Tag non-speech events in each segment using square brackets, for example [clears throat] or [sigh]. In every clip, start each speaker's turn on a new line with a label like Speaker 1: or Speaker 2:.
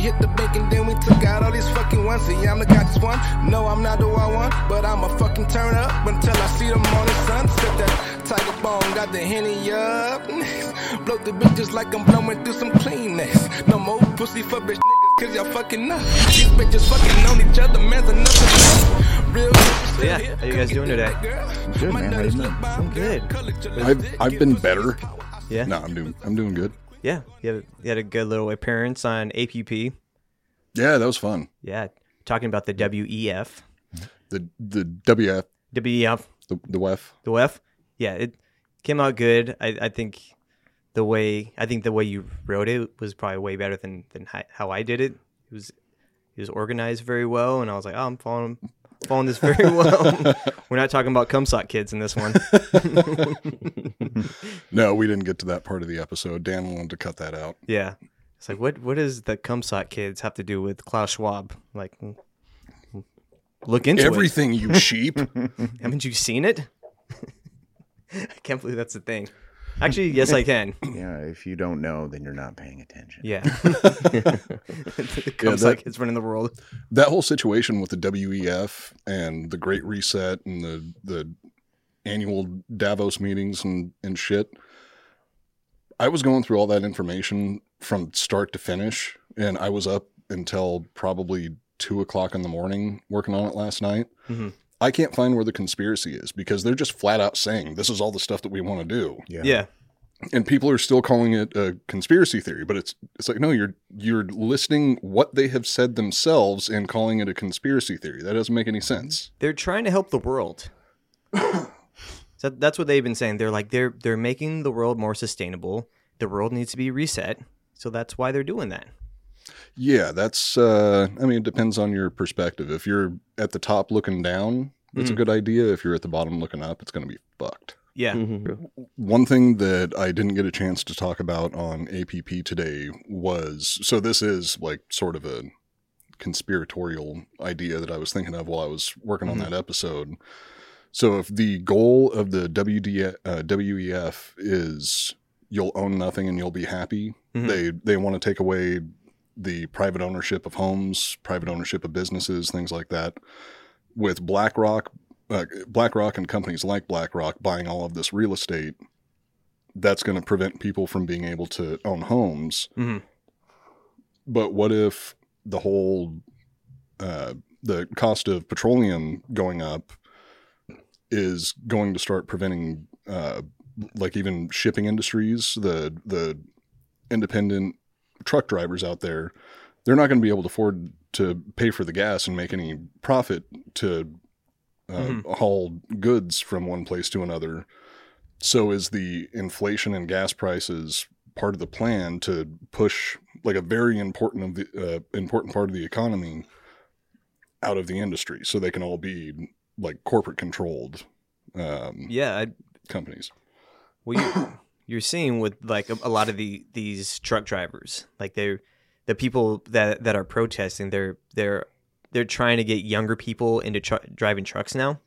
Speaker 1: fucking then we took out all these fucking ones. See, I'm the guy that's one. No, I'm not the wild one, but I'ma fucking turn up until I see the morning sun. Sip that tiger bone, got the henny up. [laughs] Blow the bitches like I'm blowing through some Kleenex. No more pussy for bitch niggas, cause y'all fucking up. These bitches fucking on each other, man's enough. Real
Speaker 2: So yeah, how you guys doing today?
Speaker 1: Good
Speaker 3: man. How you been?
Speaker 2: I'm good.
Speaker 3: I've I've been better.
Speaker 2: Yeah,
Speaker 3: No, I'm doing I'm doing good.
Speaker 2: yeah. You had, you had a good little appearance on APP.
Speaker 3: Yeah, that was fun.
Speaker 2: Yeah, talking about the E WEF,
Speaker 3: The the WF
Speaker 2: WEF,
Speaker 3: the the WEF.
Speaker 2: E the WEF. Yeah, it came out good. I, I think the way I think the way you wrote it was probably way better than than hi- how I did it. It was it was organized very well, and I was like, oh, I'm following following this very well. We're not talking about cum sock kids in this one.
Speaker 3: No, we didn't get to that part of the episode. Dan wanted to cut that out.
Speaker 2: Yeah. It's like what what does the Cumsot kids have to do with Klaus Schwab? Like mm, look into it.
Speaker 3: Everything, you sheep.
Speaker 2: Haven't you seen it? [laughs] I can't believe that's the thing. Actually, yes I can.
Speaker 4: Yeah, if you don't know, then you're not paying attention.
Speaker 2: Yeah. [laughs] the Cumsot
Speaker 3: that-
Speaker 2: kids running the world.
Speaker 3: that whole situation with the WEF and the Great Reset and the the annual Davos meetings and and shit. I was going through all that information from start to finish, and I was up until probably two o'clock in the morning working on it last night.
Speaker 2: Mhm.
Speaker 3: I can't find where the conspiracy is because they're just flat out saying this is all the stuff that we want to do,
Speaker 2: Yeah.
Speaker 3: and people are still calling it a conspiracy theory. But it's it's like no, you're you're listing what they have said themselves and calling it a conspiracy theory. That doesn't make any sense.
Speaker 2: They're trying to help the world. so that's what they've been saying. They're like they're they're making the world more sustainable. The world needs to be reset. So that's why they're doing that.
Speaker 3: Yeah, that's. Uh, I mean, it depends on your perspective. If you're at the top looking down, it's a good idea. If you're at the bottom looking up, it's going to be fucked.
Speaker 2: Yeah.
Speaker 3: One thing that I didn't get a chance to talk about on APP today was so this is like sort of a conspiratorial idea that I was thinking of while I was working on that episode. So if the goal of the WD, uh, WEF is you'll own nothing and you'll be happy,
Speaker 2: Mhm.
Speaker 3: they they want to take away the private ownership of homes, private ownership of businesses, things like that. With BlackRock, uh, BlackRock and companies like BlackRock buying all of this real estate, that's going to prevent people from being able to own homes.
Speaker 2: Mhm.
Speaker 3: But what if the whole uh, the cost of petroleum going up is going to start preventing, uh, like even shipping industries, the the independent truck drivers out there, they're not going to be able to afford to pay for the gas and make any profit to uh, haul goods from one place to another. So is the inflation in gas prices part of the plan to push like a very important of the uh, important part of the economy out of the industry so they can all be like corporate controlled um,
Speaker 2: Yeah, I,
Speaker 3: companies.
Speaker 2: Well, you, [coughs] you're seeing with like a, a lot of the these truck drivers, like they're the people that that are protesting. They're they're they're trying to get younger people into tru- driving trucks now.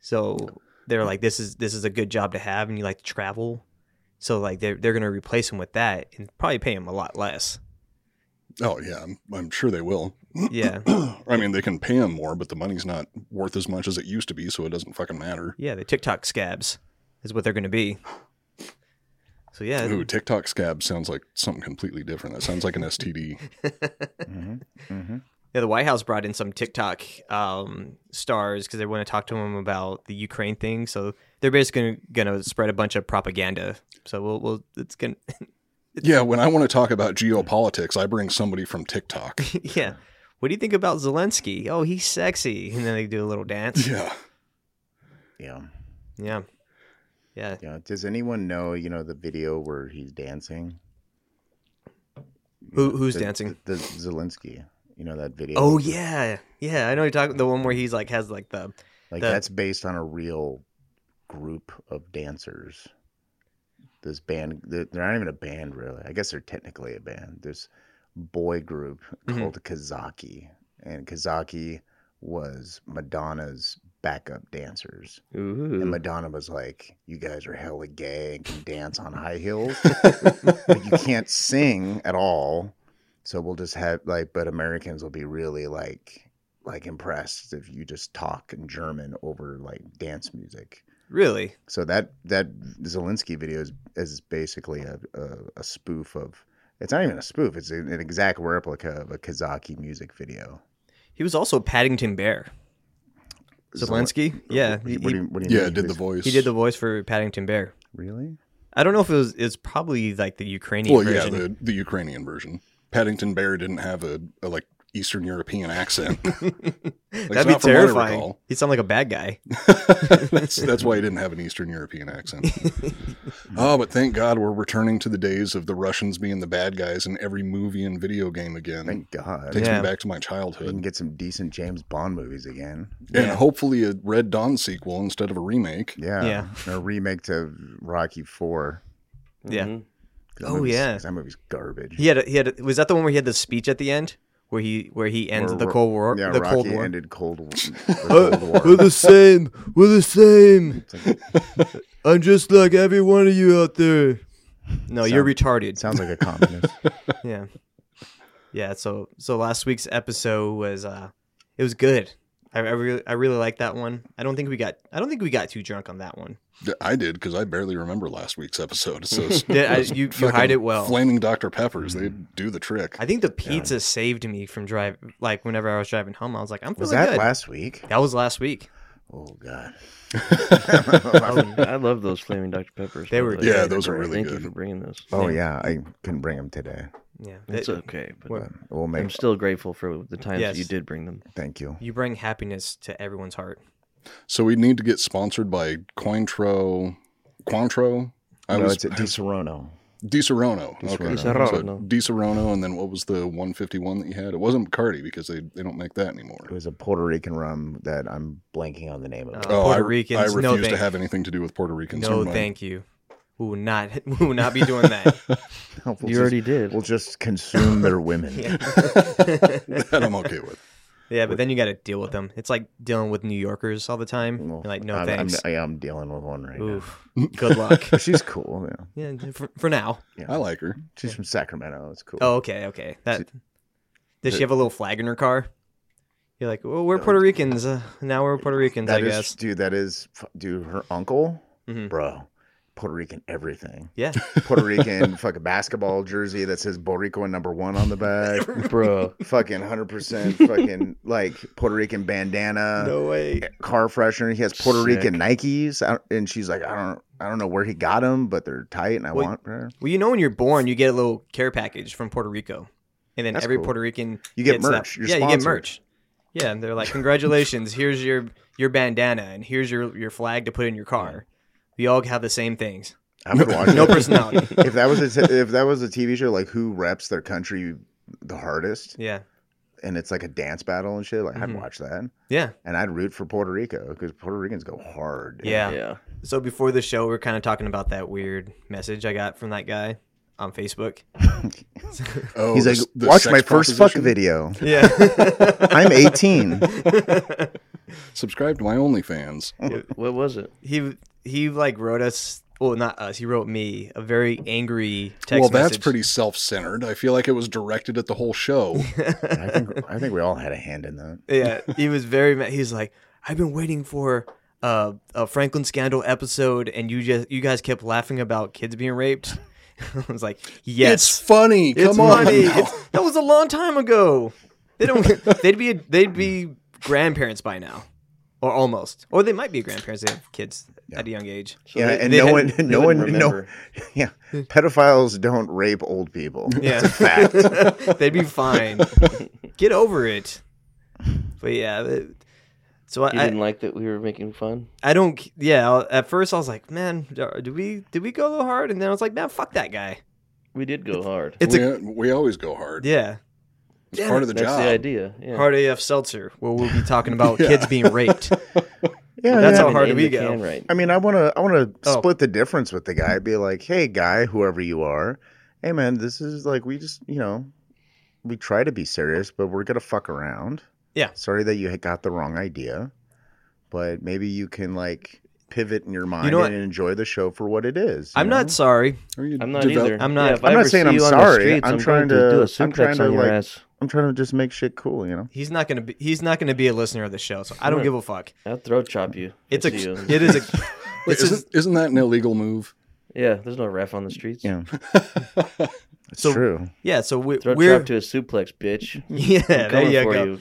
Speaker 2: So they're like, this is this is a good job to have, and you like to travel. So like they're they're gonna replace them with that and probably pay them a lot less.
Speaker 3: Oh yeah, I'm, I'm sure they will. [clears throat]
Speaker 2: Yeah,
Speaker 3: I mean, they can pay them more, but the money's not worth as much as it used to be, so it doesn't fucking matter.
Speaker 2: yeah, the TikTok scabs is what they're gonna be. So yeah,
Speaker 3: Ooh, TikTok scab sounds like something completely different. That sounds like
Speaker 2: [laughs]
Speaker 3: an STD.
Speaker 2: Yeah, the White House brought in some TikTok um, stars because they want to talk to them about the Ukraine thing. So they're basically going to spread a bunch of propaganda. So we'll, we'll it's going to,
Speaker 3: yeah, when I want to talk about geopolitics, I bring somebody
Speaker 2: [laughs]
Speaker 3: from TikTok.
Speaker 2: [laughs] yeah. What do you think about Zelensky? Oh, he's sexy. And then they do a little
Speaker 3: [laughs]
Speaker 2: dance. [laughs]
Speaker 3: yeah.
Speaker 4: Yeah.
Speaker 2: Yeah. Yeah.
Speaker 4: Yeah. Does anyone know, you know, the video where he's dancing?
Speaker 2: Who, who's
Speaker 4: The-
Speaker 2: dancing?
Speaker 4: The, the Zelensky. You know that video?
Speaker 2: Oh, yeah. Yeah. I know you're talking the one where he's like, has like the,
Speaker 4: Like
Speaker 2: the-
Speaker 4: that's based on a real group of dancers. This band, they're they're not even a band really. I guess they're technically a band. This boy group
Speaker 2: Mhm.
Speaker 4: called Kazaki, and Kazaki was Madonna's backup dancers.
Speaker 3: Mm.
Speaker 4: And Madonna was like, "You guys are
Speaker 3: [laughs]
Speaker 4: hella gay and can dance on high heels. but you can't sing at all. So we'll just have like, but Americans will be really like, like impressed if you just talk in German over like dance music.
Speaker 2: Really?
Speaker 4: So that that Zelensky video is, is basically a, a, a spoof of. It's not even a spoof. It's an, an exact replica of a Kazaki music video.
Speaker 2: He was also Paddington Bear.
Speaker 4: Zel-
Speaker 2: Zelensky? yeah.
Speaker 4: What do
Speaker 2: He,
Speaker 4: you- what do you- what do you
Speaker 3: Yeah,
Speaker 4: mean?
Speaker 3: it did the
Speaker 4: Who's-
Speaker 3: voice.
Speaker 2: he did the voice for Paddington Bear.
Speaker 4: Really?
Speaker 2: I don't know if it was it's probably like the Ukrainian
Speaker 3: Well, yeah,
Speaker 2: version.
Speaker 3: the, the Ukrainian version. Paddington Bear didn't have a, a like Eastern
Speaker 2: [laughs]
Speaker 3: European accent. [laughs]
Speaker 2: That'd be
Speaker 3: not from what I
Speaker 2: terrifying.
Speaker 3: recall.
Speaker 2: He sound like a bad guy.
Speaker 3: that's that's why he didn't have an Eastern
Speaker 2: [laughs]
Speaker 3: European accent. oh, but thank God we're returning to the days of the Russians being the bad guys in every movie and video game again.
Speaker 4: Thank God.
Speaker 3: Takes
Speaker 2: Yeah.
Speaker 3: me back to my
Speaker 4: We can
Speaker 3: childhood.
Speaker 4: get some decent James Bond movies again.
Speaker 3: And hopefully a Red Dawn sequel instead of a remake.
Speaker 4: Yeah.
Speaker 2: Yeah.
Speaker 4: And a remake to Rocky Four.
Speaker 2: Yeah.
Speaker 5: Mhm.
Speaker 4: That
Speaker 2: Oh,
Speaker 4: movie's-
Speaker 2: yeah.
Speaker 4: That movie's garbage.
Speaker 2: He had a, he had a, was that the one where he had the speech at the end where he where he ends
Speaker 4: Or
Speaker 2: the
Speaker 4: Ro-
Speaker 2: Cold War
Speaker 4: Yeah,
Speaker 2: the
Speaker 4: Rocky
Speaker 2: Cold War. [laughs]
Speaker 4: ended Cold War. the Cold War.
Speaker 2: the same. We're the same. [laughs] I'm just like every one of you out there. No, you're retarded.
Speaker 4: Sounds like
Speaker 2: [laughs]
Speaker 4: a communist.
Speaker 2: yeah, yeah. So so last week's episode was uh, it was good. I, I really I really like that one. I don't think we got I don't think we got too drunk on that one.
Speaker 3: D- I did because I barely remember last week's episode.
Speaker 2: [laughs]
Speaker 3: So it's-
Speaker 2: Did I,
Speaker 3: those
Speaker 2: you you
Speaker 3: fucking
Speaker 2: hide it well. Mm-hmm.
Speaker 3: Flaming Dr. Peppers, they do the trick.
Speaker 2: I think the pizza saved me from drive. Like whenever I was driving home, I was like, I'm feeling
Speaker 4: Was that
Speaker 2: good.
Speaker 4: last week?
Speaker 2: that was last
Speaker 4: [laughs]
Speaker 2: week.
Speaker 4: Oh
Speaker 2: [laughs]
Speaker 4: God. [laughs]
Speaker 5: Oh, I love those flaming Dr. Peppers.
Speaker 2: They
Speaker 5: by
Speaker 2: were
Speaker 5: the way.
Speaker 2: good.
Speaker 3: Yeah, those are really
Speaker 5: Thank
Speaker 3: good.
Speaker 5: you for bringing this.
Speaker 4: oh yeah, I couldn't bring them today. [laughs]
Speaker 2: Yeah,
Speaker 5: It's
Speaker 2: That-
Speaker 5: okay, but
Speaker 2: What?
Speaker 4: We'll make.
Speaker 5: I'm still grateful for the times that you
Speaker 2: Yes.
Speaker 5: did bring them.
Speaker 4: Thank you.
Speaker 2: you bring happiness to everyone's heart.
Speaker 3: So we need to get sponsored by Cointro. Cointro? I
Speaker 4: no,
Speaker 3: was
Speaker 4: it's at Di Serono.
Speaker 3: Di Serono.
Speaker 4: Di
Speaker 3: Okay.
Speaker 4: Serono.
Speaker 3: So Di Serono, and then what was the 151 that you had? It wasn't Bacardi because they, they don't make that anymore.
Speaker 4: It was a Puerto Rican rum that I'm blanking on the name of.
Speaker 2: Uh,
Speaker 4: it.
Speaker 3: Oh,
Speaker 2: Puerto
Speaker 3: I,
Speaker 2: Ricans,
Speaker 3: I
Speaker 2: no
Speaker 3: refuse to
Speaker 2: thank-
Speaker 3: have anything to do with Puerto Ricans.
Speaker 2: No,
Speaker 3: Never mind.
Speaker 2: thank you. We will not. [laughs] We will not be doing
Speaker 4: [laughs]
Speaker 2: that.
Speaker 4: [laughs] We'll
Speaker 5: You
Speaker 4: just-
Speaker 5: already did.
Speaker 4: We'll just consume
Speaker 2: [laughs]
Speaker 4: their women.
Speaker 3: [laughs] that I'm okay with.
Speaker 2: yeah, but then you got to deal with them. It's like dealing with New Yorkers all the time.
Speaker 4: Well,
Speaker 2: You're like, no
Speaker 4: I'm, I'm-
Speaker 2: thanks.
Speaker 4: I am dealing with one right
Speaker 2: Oof. Good
Speaker 4: [laughs]
Speaker 2: luck.
Speaker 4: now. She's cool.
Speaker 2: [laughs]
Speaker 4: Yeah.
Speaker 2: Yeah, for, for now.
Speaker 4: Yeah.
Speaker 3: I like her.
Speaker 4: She's from Sacramento. It's cool.
Speaker 2: Oh, okay, okay. That. Does she have a little flag in her car? You're like, well, we're
Speaker 4: No,
Speaker 2: Puerto Ricans. Uh, now we're Puerto Ricans,
Speaker 4: That
Speaker 2: I
Speaker 4: is-
Speaker 2: guess.
Speaker 4: dude. That is, fu- dude. Her uncle,
Speaker 2: Mhm.
Speaker 4: bro, Puerto Rican everything. [laughs]
Speaker 2: Yeah.
Speaker 4: Puerto
Speaker 2: [laughs]
Speaker 4: Rican fucking basketball jersey that says Boricua number one on
Speaker 2: [laughs]
Speaker 4: the back,
Speaker 5: Bro,
Speaker 4: fucking hundred percent, fucking like Puerto Rican bandana, [laughs]
Speaker 2: way.
Speaker 4: car freshener. He has Puerto
Speaker 5: Sick.
Speaker 4: Rican Nikes, I, don't- and she's like, I don't, I don't know where he got them, but they're tight, and I
Speaker 2: Well,
Speaker 4: want her.
Speaker 2: Well, you know, when you're born, you get a little care package from Puerto Rico, and then
Speaker 4: That's
Speaker 2: every
Speaker 4: cool.
Speaker 2: Puerto Rican
Speaker 4: You get
Speaker 2: gets
Speaker 4: merch.
Speaker 2: That.
Speaker 4: You're
Speaker 2: yeah, you get
Speaker 4: sponsored.
Speaker 2: merch. Yeah, and they're like, "Congratulations! here's your your bandana, and here's your your flag to put in your car." We all have the same things.
Speaker 4: I [laughs] would watch
Speaker 2: No
Speaker 4: it.
Speaker 2: personality.
Speaker 4: if that was a t- if that was a TV show, like who reps their country the hardest,
Speaker 2: yeah,
Speaker 4: and it's like a dance battle and shit. Like I'd
Speaker 5: Mm-hmm.
Speaker 2: Mhm.
Speaker 4: watch that,
Speaker 2: yeah,
Speaker 4: and I'd root for Puerto Rico because Puerto Ricans go hard. dude.
Speaker 2: yeah.
Speaker 5: yeah.
Speaker 2: So before the show, we are kind of talking about that weird message I got from that guy on Facebook.
Speaker 3: Oh,
Speaker 4: he's
Speaker 3: the-
Speaker 4: like,
Speaker 3: the
Speaker 4: watch
Speaker 3: sex
Speaker 4: my first fuck
Speaker 3: proposition?
Speaker 4: video.
Speaker 2: Yeah,
Speaker 3: [laughs]
Speaker 4: I'm 18.
Speaker 3: Subscribe to my OnlyFans.
Speaker 5: What was it?
Speaker 2: [laughs] he he like wrote us. Well, not us. He wrote me a very angry [laughs] text.
Speaker 3: well, that's
Speaker 2: message.
Speaker 3: pretty self-centered. I feel like it was directed at the whole show.
Speaker 4: I think I think we all had a hand in that.
Speaker 2: Yeah, he was very mad. He's like, I've been waiting for uh, a Franklin scandal episode, and you just you guys kept laughing about kids being raped. [laughs] I was like,
Speaker 3: It's
Speaker 2: [laughs] yes,
Speaker 3: funny. Come
Speaker 2: It's
Speaker 3: on.
Speaker 2: funny.
Speaker 3: now.
Speaker 2: It's- that was a long time ago. They
Speaker 4: [laughs]
Speaker 2: don't. they'd be they'd be grandparents by now, or almost, or they might be grandparents. They have kids at a young age.
Speaker 5: So
Speaker 4: yeah,
Speaker 5: they-
Speaker 4: and
Speaker 5: they
Speaker 4: no one,
Speaker 5: had- they
Speaker 4: no one,
Speaker 5: wouldn't
Speaker 4: no,
Speaker 5: remember.
Speaker 4: [laughs] yeah, pedophiles don't rape old people.
Speaker 2: [laughs] Yeah, [laughs]
Speaker 5: [laughs]
Speaker 2: they'd be
Speaker 4: [laughs]
Speaker 2: fine. Get over it. But yeah, the- so I,
Speaker 5: You
Speaker 2: I
Speaker 5: didn't like that we were making fun?
Speaker 2: I don't. c- Yeah, I'll- at first I was like, man, do we did we go a little hard? And then I was like, man, fuck that guy.
Speaker 5: We did go hard.
Speaker 2: It's
Speaker 3: we,
Speaker 2: a
Speaker 3: we always go hard.
Speaker 2: yeah
Speaker 3: It's part of the
Speaker 5: That's
Speaker 3: job.
Speaker 5: the idea. Yeah.
Speaker 2: hard AF seltzer where we'll be talking [laughs] about kids being raped.
Speaker 4: yeah,
Speaker 2: That's
Speaker 4: yeah.
Speaker 2: how
Speaker 5: And
Speaker 2: hard
Speaker 5: aim
Speaker 2: we
Speaker 5: the
Speaker 2: go.
Speaker 5: can Right.
Speaker 4: I mean, I want to, I want to
Speaker 2: Oh.
Speaker 4: split the difference with the guy. Be like, hey, guy, whoever you are, hey, man, this is like, we just, you know, we try to be serious, but we're gonna fuck around.
Speaker 2: Yeah.
Speaker 4: Sorry that you had got the wrong idea, but maybe you can like pivot in your mind
Speaker 2: know what?
Speaker 4: and enjoy the show for what it is. you
Speaker 2: I'm
Speaker 4: know?
Speaker 2: not sorry.
Speaker 3: Are you
Speaker 5: I'm not
Speaker 3: develop-
Speaker 5: either.
Speaker 2: I'm not-
Speaker 5: if
Speaker 4: I'm
Speaker 5: I
Speaker 4: not
Speaker 5: ever
Speaker 4: saying
Speaker 5: see
Speaker 4: I'm
Speaker 5: you on the
Speaker 4: sorry.
Speaker 5: streets,
Speaker 4: I'm
Speaker 5: going
Speaker 4: trying to-
Speaker 5: do a
Speaker 4: I'm
Speaker 5: suplex
Speaker 4: trying to,
Speaker 5: on your
Speaker 4: like-
Speaker 5: ass.
Speaker 4: I'm trying to just make shit cool, you
Speaker 2: [laughs]
Speaker 4: know.
Speaker 2: He's not gonna be. He's not gonna be a listener of the show. So I don't
Speaker 5: Sure.
Speaker 2: give a fuck.
Speaker 5: I'll throat chop you.
Speaker 2: It's
Speaker 5: I
Speaker 2: a.
Speaker 5: see you.
Speaker 2: It [laughs] is a.
Speaker 3: Wait,
Speaker 2: It's a-
Speaker 3: isn't, isn't that an illegal move?
Speaker 5: Yeah, there's no ref on the streets.
Speaker 4: Yeah, it's
Speaker 2: So-
Speaker 4: true.
Speaker 2: yeah. So we,
Speaker 5: Throat
Speaker 2: we're
Speaker 5: chop to a suplex, bitch.
Speaker 2: [laughs] yeah. There
Speaker 5: coming
Speaker 2: you
Speaker 5: for
Speaker 2: go.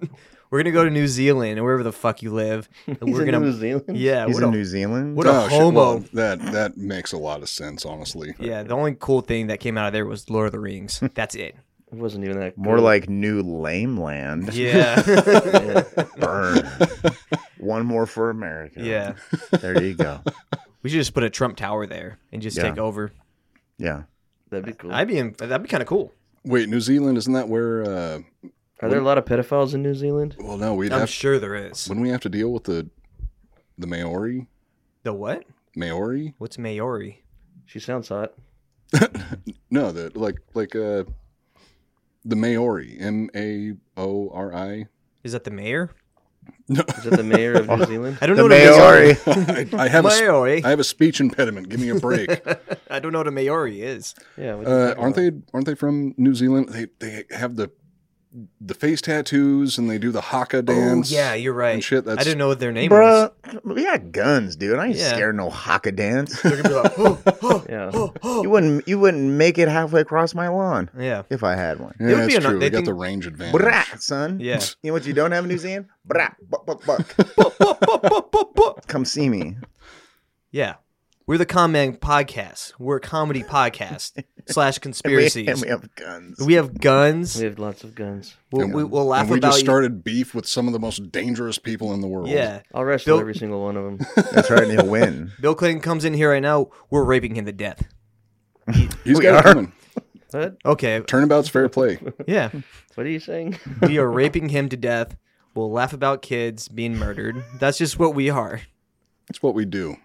Speaker 5: you.
Speaker 2: we're gonna go to New Zealand or wherever the fuck you [laughs] live, and
Speaker 5: He's
Speaker 2: we're
Speaker 5: in
Speaker 2: gonna
Speaker 5: New Zealand.
Speaker 2: yeah.
Speaker 4: He's
Speaker 2: What
Speaker 4: in
Speaker 2: a,
Speaker 4: New Zealand.
Speaker 2: what a
Speaker 3: Oh, shit,
Speaker 2: homo.
Speaker 3: well, that that makes a lot of sense, honestly.
Speaker 2: yeah. The only cool thing that came out of there was Lord of the [laughs] Rings. That's it.
Speaker 5: It wasn't even that.
Speaker 4: More
Speaker 5: cool.
Speaker 4: like New Lame Land.
Speaker 2: [laughs] Yeah.
Speaker 5: Yeah.
Speaker 2: [laughs]
Speaker 4: Burn. One more for America.
Speaker 2: yeah.
Speaker 4: There you go.
Speaker 2: We should just put a Trump Tower there and just
Speaker 4: Yeah.
Speaker 2: take over.
Speaker 4: Yeah.
Speaker 5: That'd be cool.
Speaker 2: I'd be in, that'd be kind of cool.
Speaker 3: Wait, New Zealand isn't that where? Uh,
Speaker 5: Are there a lot of pedophiles in New Zealand?
Speaker 3: well, no, we'd
Speaker 2: I'm
Speaker 3: have
Speaker 2: sure there is.
Speaker 3: when we have to deal with the the Maori.
Speaker 2: The what?
Speaker 3: Maori?
Speaker 2: What's Maori?
Speaker 5: She sounds hot.
Speaker 3: No, the like like uh the Maori, M A O R I. [laughs]
Speaker 2: Is that the mayor?
Speaker 5: Is that the
Speaker 2: [laughs]
Speaker 5: mayor of New Zealand?
Speaker 2: I don't
Speaker 4: The
Speaker 2: know what a
Speaker 4: Maori.
Speaker 3: I I have a sp-
Speaker 2: Maori. [laughs]
Speaker 3: I have a speech impediment. Give me a break.
Speaker 2: I don't know what a Maori is.
Speaker 5: Yeah. what you
Speaker 3: Uh,
Speaker 5: talking
Speaker 3: aren't
Speaker 5: about?
Speaker 3: they aren't they from New Zealand? They they have the the face tattoos and they do the haka dance.
Speaker 2: Oh, yeah, you're right.
Speaker 3: and shit,
Speaker 2: I
Speaker 3: that's-
Speaker 2: didn't know what their name was.
Speaker 4: Bruh, we got guns, dude. I ain't
Speaker 2: Yeah.
Speaker 4: scared of no haka dance.
Speaker 2: They're gonna be like, "Oh,
Speaker 3: [laughs]
Speaker 2: oh,
Speaker 5: Yeah.
Speaker 2: oh, [laughs] oh."
Speaker 4: You wouldn't you wouldn't make it halfway across my lawn
Speaker 2: yeah,
Speaker 4: if I had one.
Speaker 3: Yeah,
Speaker 2: It would
Speaker 3: that's
Speaker 2: be an-
Speaker 3: true.
Speaker 2: they
Speaker 3: They got the
Speaker 2: think-
Speaker 3: range advantage.
Speaker 4: Brah,
Speaker 3: [laughs]
Speaker 4: son.
Speaker 2: yeah.
Speaker 4: You know what you don't have in New Zealand? Brah, buck, buck, buck.
Speaker 2: [laughs] Bup, bup, bup, bup, bup.
Speaker 4: Come see me.
Speaker 2: yeah, we're the comment podcast. We're a comedy
Speaker 3: [laughs]
Speaker 2: podcast slash
Speaker 4: And we,
Speaker 2: conspiracies.
Speaker 4: and [laughs] we
Speaker 2: we,
Speaker 4: have guns.
Speaker 2: have, guns.
Speaker 5: We have lots of guns.
Speaker 2: We'll, we, will laugh
Speaker 3: And we
Speaker 2: about
Speaker 3: just
Speaker 2: you-
Speaker 3: started beef with some of the most dangerous people in the world.
Speaker 2: Yeah,
Speaker 5: I'll wrestle
Speaker 2: Bill-
Speaker 5: every single one of them.
Speaker 3: [laughs]
Speaker 4: That's right, and
Speaker 2: [laughs]
Speaker 4: he'll win.
Speaker 2: Bill Clinton comes in here right now. We're raping him to death.
Speaker 3: he's got
Speaker 4: We
Speaker 3: it
Speaker 4: are.
Speaker 3: coming.
Speaker 5: What?
Speaker 2: Okay,
Speaker 3: Turnabout's fair play.
Speaker 2: yeah,
Speaker 5: What are you saying?
Speaker 2: [laughs] we are raping him to death. We'll laugh about kids being murdered. That's just what we are.
Speaker 3: That's what we do.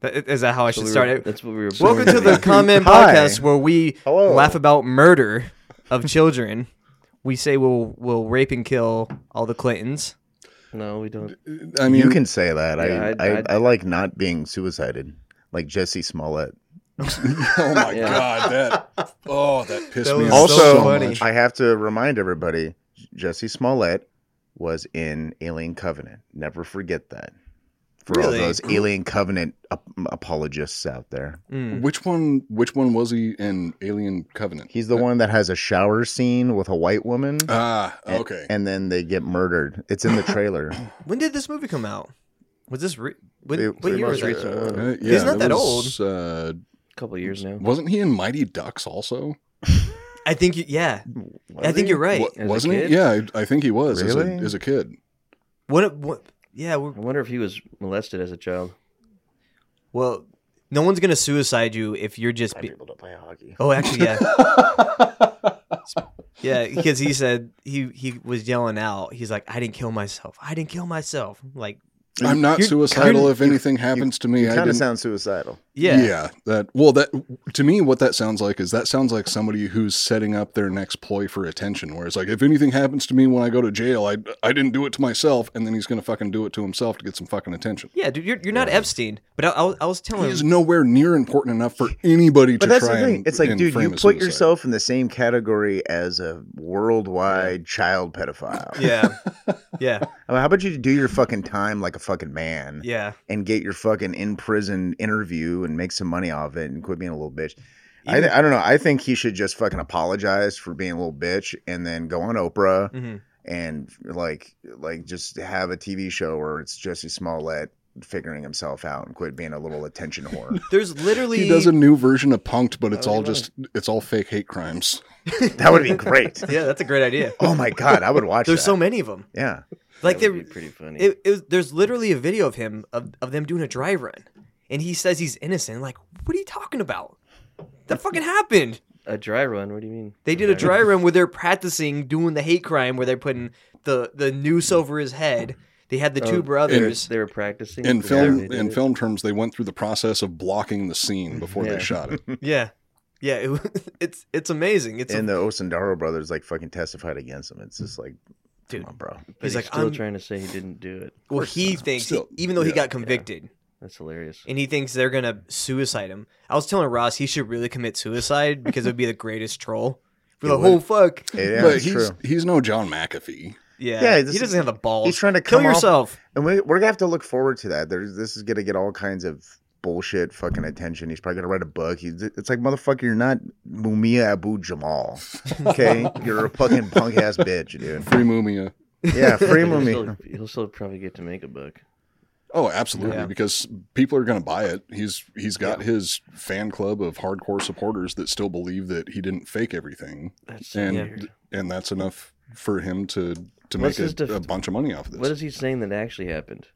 Speaker 2: That- Is that how I should
Speaker 5: We
Speaker 2: start
Speaker 5: were-
Speaker 2: it?
Speaker 5: That's what we were.
Speaker 2: Welcome
Speaker 5: born
Speaker 2: to the Comment
Speaker 4: Hi.
Speaker 2: Podcast, where we
Speaker 4: Hello.
Speaker 2: laugh about murder of children. we say we'll we'll rape and kill all the Clintons.
Speaker 5: No, we don't.
Speaker 3: I mean,
Speaker 4: you can say that.
Speaker 5: Yeah,
Speaker 4: I, I,
Speaker 5: I-
Speaker 4: I,
Speaker 5: I-
Speaker 4: like not being suicided, like Jesse Smollett.
Speaker 3: oh my
Speaker 5: Yeah.
Speaker 3: god, that oh
Speaker 2: [laughs]
Speaker 3: that pissed
Speaker 2: That
Speaker 3: me
Speaker 2: was
Speaker 3: off
Speaker 4: Also,
Speaker 3: so,
Speaker 2: so funny.
Speaker 3: much.
Speaker 4: I have to remind everybody Jesse Smollett was in Alien Covenant. Never forget that. For
Speaker 2: Really?
Speaker 4: all those Alien Covenant ap- apologists out there,
Speaker 2: Mm.
Speaker 3: Which one? Which one was he in Alien Covenant?
Speaker 4: he's the one that has a shower scene with a white woman.
Speaker 3: Ah,
Speaker 4: and-
Speaker 3: okay.
Speaker 4: And then they get murdered.
Speaker 3: [laughs]
Speaker 4: It's in the trailer.
Speaker 2: When did this movie come out? Was this re- when,
Speaker 4: It-
Speaker 2: what
Speaker 4: it
Speaker 2: year was
Speaker 4: was,
Speaker 2: that?
Speaker 4: uh,
Speaker 3: Uh, yeah,
Speaker 2: He's not that
Speaker 3: was, Uh,
Speaker 5: A couple years now.
Speaker 3: wasn't he in Mighty Ducks also?
Speaker 2: I think you, yeah, I think you're right.
Speaker 3: Wa-
Speaker 5: as a
Speaker 3: wasn't
Speaker 5: kid?
Speaker 3: he? Yeah, I, I think he was
Speaker 4: Really?
Speaker 3: as, a, as a kid.
Speaker 2: What, what? Yeah, we're,
Speaker 5: I wonder if he was molested as a child.
Speaker 2: well, no one's gonna suicide you if you're just. Be-
Speaker 4: able to play hockey.
Speaker 2: oh, actually, yeah, yeah, because he said he he was yelling out. He's like, I didn't kill myself. I didn't kill myself. Like,
Speaker 3: I'm not
Speaker 2: You're
Speaker 3: suicidal
Speaker 2: kinda-
Speaker 3: if anything happens to me. I
Speaker 4: Kind of
Speaker 3: didn't.
Speaker 4: sounds suicidal.
Speaker 2: yeah,
Speaker 3: that well that to me what that sounds like is that sounds like somebody who's setting up their next ploy for attention where it's like if anything happens to me when I go to jail I I didn't do it to myself and then he's going to fucking do it to himself to get some fucking attention.
Speaker 2: Yeah, dude, you're, you're not Epstein, but I, I, was- I was telling
Speaker 3: He's nowhere near important enough for anybody
Speaker 4: But
Speaker 3: to
Speaker 4: that's the
Speaker 3: try
Speaker 4: thing.
Speaker 3: and
Speaker 4: It's like,
Speaker 3: and
Speaker 4: dude, you
Speaker 3: frame
Speaker 4: put
Speaker 3: as suicide.
Speaker 4: yourself in the same category as a worldwide child pedophile.
Speaker 2: yeah, yeah,
Speaker 4: I mean, how about you do your fucking time like a fucking man
Speaker 2: yeah.
Speaker 4: and get your fucking in prison interview and make some money off it and quit being a little bitch? I,
Speaker 2: Even-
Speaker 4: th- I don't know. I think he should just fucking apologize for being a little bitch and then go on Oprah
Speaker 2: Mhm.
Speaker 4: and like like just have a TV show where it's Jesse Smollett figuring himself out and quit being a little
Speaker 2: [laughs]
Speaker 4: attention whore.
Speaker 2: There's literally
Speaker 3: He does a new version of Punked, but it's
Speaker 5: Oh,
Speaker 3: all
Speaker 5: yeah.
Speaker 3: just it's all fake hate crimes.
Speaker 4: that would be great.
Speaker 2: [laughs] yeah, that's a great idea.
Speaker 4: Oh my god, I would watch
Speaker 2: There's
Speaker 4: that.
Speaker 2: so many of them.
Speaker 4: yeah.
Speaker 2: Like
Speaker 5: that
Speaker 2: there,
Speaker 5: would be pretty funny.
Speaker 2: it, it was, there's literally a video of him of, of them doing a dry run, and he says he's innocent. Like, what are you talking about? That fucking happened.
Speaker 5: a dry run. What do you mean?
Speaker 2: They did a dry run where they're practicing doing the hate crime, where they're putting the the noose over his head. They had the
Speaker 4: Oh,
Speaker 2: two brothers.
Speaker 5: They were practicing.
Speaker 3: In
Speaker 5: Yeah,
Speaker 3: film
Speaker 5: they did
Speaker 3: in
Speaker 5: it.
Speaker 3: film terms, they went through the process of blocking the scene before
Speaker 5: Yeah.
Speaker 3: they shot it.
Speaker 2: yeah, yeah. It, was- [laughs] it's it's amazing. It's a-
Speaker 4: and the Osandaro brothers like fucking testified against him. It's just like
Speaker 2: dude.
Speaker 4: Come
Speaker 2: [laughs]
Speaker 4: on, bro.
Speaker 5: But
Speaker 2: He's
Speaker 5: he's,
Speaker 2: like,
Speaker 5: still
Speaker 2: "I'm-"
Speaker 5: trying to say he didn't do it.
Speaker 2: Well,
Speaker 3: course
Speaker 2: he
Speaker 3: not.
Speaker 2: thinks,
Speaker 3: Still-
Speaker 2: even though he
Speaker 3: yeah,
Speaker 2: got convicted,
Speaker 5: That's hilarious.
Speaker 2: and he thinks they're gonna suicide him. I was telling Ross he should really commit suicide because it would be the greatest troll for
Speaker 4: It
Speaker 2: the
Speaker 4: would.
Speaker 2: whole fuck.
Speaker 4: [laughs] Yeah,
Speaker 3: but
Speaker 4: it's
Speaker 3: he's
Speaker 4: true.
Speaker 3: he's no John McAfee.
Speaker 2: Yeah,
Speaker 4: Yeah,
Speaker 2: he
Speaker 4: this
Speaker 2: doesn't
Speaker 4: is-
Speaker 2: have the balls.
Speaker 4: He's trying to
Speaker 2: kill
Speaker 4: come off-
Speaker 2: yourself.
Speaker 4: And we, we're gonna have to look forward to that. There's this is gonna get all kinds of bullshit fucking attention. He's probably gonna write a book. He's, it's like motherfucker, you're not Mumia Abu Jamal. Okay, you're a fucking punk ass bitch, dude.
Speaker 3: Free Mumia.
Speaker 5: [laughs]
Speaker 4: Yeah, free
Speaker 5: He'll
Speaker 4: Mumia.
Speaker 5: still, he'll still probably get to make a book.
Speaker 3: Oh, absolutely,
Speaker 2: Yeah.
Speaker 3: because people are going to buy it. He's he's got his fan club of hardcore supporters that still believe that he didn't fake everything,
Speaker 5: That's so
Speaker 3: and
Speaker 5: weird.
Speaker 3: and that's enough for him to to make
Speaker 5: What's
Speaker 3: a,
Speaker 5: his def-
Speaker 3: a bunch of money off of this.
Speaker 5: What is he saying that actually happened?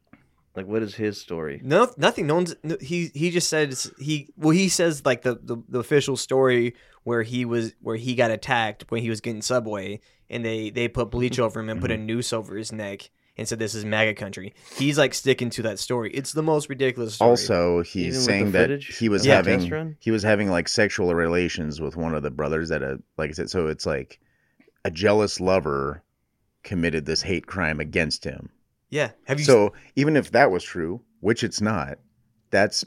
Speaker 5: Like, what is his story?
Speaker 2: No, nothing. No one's. No, he he just says he. Well, he says like the, the the official story where he was where he got attacked when he was getting subway, and they they put bleach over him and put a
Speaker 4: Mm-hmm.
Speaker 2: noose over his neck and said this is MAGA country. He's like sticking to that story. It's the most ridiculous. Story.
Speaker 4: Also,
Speaker 5: Even
Speaker 4: he's
Speaker 5: with the
Speaker 4: saying that
Speaker 5: footage
Speaker 4: he was
Speaker 5: of the test
Speaker 4: having
Speaker 5: run?
Speaker 4: he was having like sexual relations with one of the brothers that a like I said. So it's like a jealous lover committed this hate crime against him.
Speaker 2: yeah. Have you?
Speaker 4: So even if that was true, which it's not, that's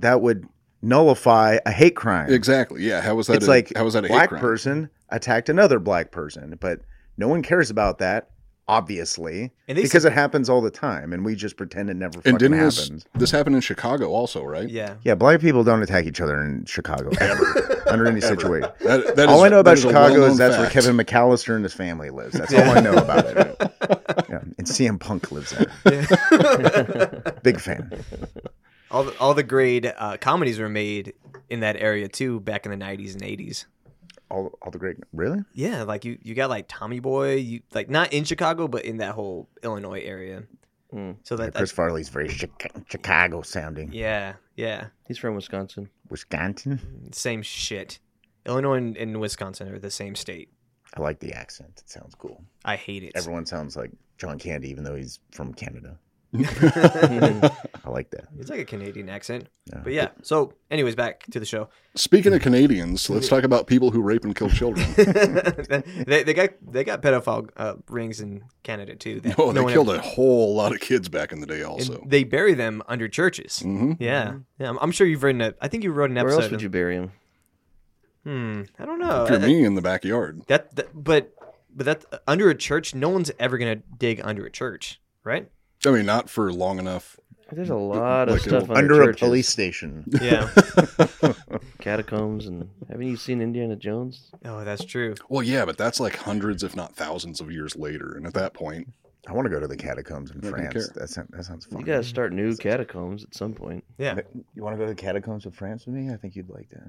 Speaker 4: that would nullify a hate crime.
Speaker 3: Exactly. Yeah. How was that?
Speaker 4: It's
Speaker 3: a,
Speaker 4: like
Speaker 3: how was that a hate
Speaker 4: black
Speaker 3: crime?
Speaker 4: person attacked another black person, but no one cares about that, obviously,
Speaker 2: And they
Speaker 4: because it happens all the time, and we just pretend it never
Speaker 3: And
Speaker 4: fucking
Speaker 3: didn't this,
Speaker 4: happened.
Speaker 3: this happen in Chicago also? Right.
Speaker 4: [laughs]
Speaker 2: yeah. [laughs]
Speaker 4: Yeah, black people don't attack each other in Chicago
Speaker 3: [laughs]
Speaker 4: ever, under any situation.
Speaker 3: That, that
Speaker 4: all
Speaker 3: is-
Speaker 4: I know
Speaker 3: that
Speaker 4: about
Speaker 3: is a
Speaker 4: Chicago
Speaker 3: well-known
Speaker 4: is that's
Speaker 3: fact.
Speaker 4: where Kevin McAllister and his family lives. That's all I know
Speaker 2: [laughs]
Speaker 4: about it. Yeah. And CM Punk lives there. Big fan.
Speaker 2: All the, all the great uh, comedies were made in that area too back in the nineties and eighties.
Speaker 4: All, all the great. Really?
Speaker 2: Yeah, like you you got like Tommy Boy, you like not in Chicago but in that whole Illinois area.
Speaker 5: Mm.
Speaker 2: So that,
Speaker 4: Chris
Speaker 2: that
Speaker 4: Farley's very Chica- Chicago sounding.
Speaker 2: yeah yeah
Speaker 5: He's from Wisconsin.
Speaker 4: Wisconsin.
Speaker 2: same shit. Illinois and, and Wisconsin are the same state.
Speaker 4: I like the accent. It sounds cool.
Speaker 2: I hate it.
Speaker 4: Everyone sounds like John Candy, even though he's
Speaker 3: [laughs]
Speaker 4: from Canada. I like that.
Speaker 2: It's like a Canadian accent,
Speaker 4: Yeah.
Speaker 2: but yeah. So, anyways, back to the show. [laughs]
Speaker 3: Speaking of Canadians, let's talk about people who rape and kill children.
Speaker 4: [laughs]
Speaker 2: they, they got they got pedophile uh, rings in Canada too.
Speaker 3: [laughs]
Speaker 2: that
Speaker 3: Oh, they
Speaker 2: no one
Speaker 3: killed
Speaker 2: ever-
Speaker 3: a whole lot of kids back in the day.
Speaker 2: and
Speaker 3: Also,
Speaker 2: They bury them under churches.
Speaker 3: Mhm.
Speaker 2: Yeah, yeah. I'm, I'm sure you've written a. I think you wrote an
Speaker 5: Where
Speaker 2: episode.
Speaker 5: else would
Speaker 2: of-
Speaker 5: you bury him?
Speaker 2: Hmm. I don't know.
Speaker 3: if
Speaker 4: Uh,
Speaker 3: you're
Speaker 2: I-
Speaker 3: me in the backyard,
Speaker 2: That, that but but that uh, under a church, no one's ever gonna dig under a church, right?
Speaker 3: I mean, not for long enough.
Speaker 5: There's a lot of
Speaker 3: like
Speaker 5: stuff
Speaker 3: a-
Speaker 5: under,
Speaker 4: Under a
Speaker 5: churches,
Speaker 4: police station.
Speaker 2: Yeah. [laughs]
Speaker 5: catacombs, and haven't you seen Indiana Jones?
Speaker 2: oh, that's true.
Speaker 3: Well, yeah, but that's like hundreds, if not thousands, of years later. And at that point,
Speaker 4: I want to go to the catacombs in
Speaker 3: I don't
Speaker 4: France.
Speaker 3: care.
Speaker 4: That, sound, that sounds fun.
Speaker 5: You gotta start new catacombs at some point.
Speaker 2: Yeah.
Speaker 4: You want to go to the catacombs of France with me? I think you'd like that.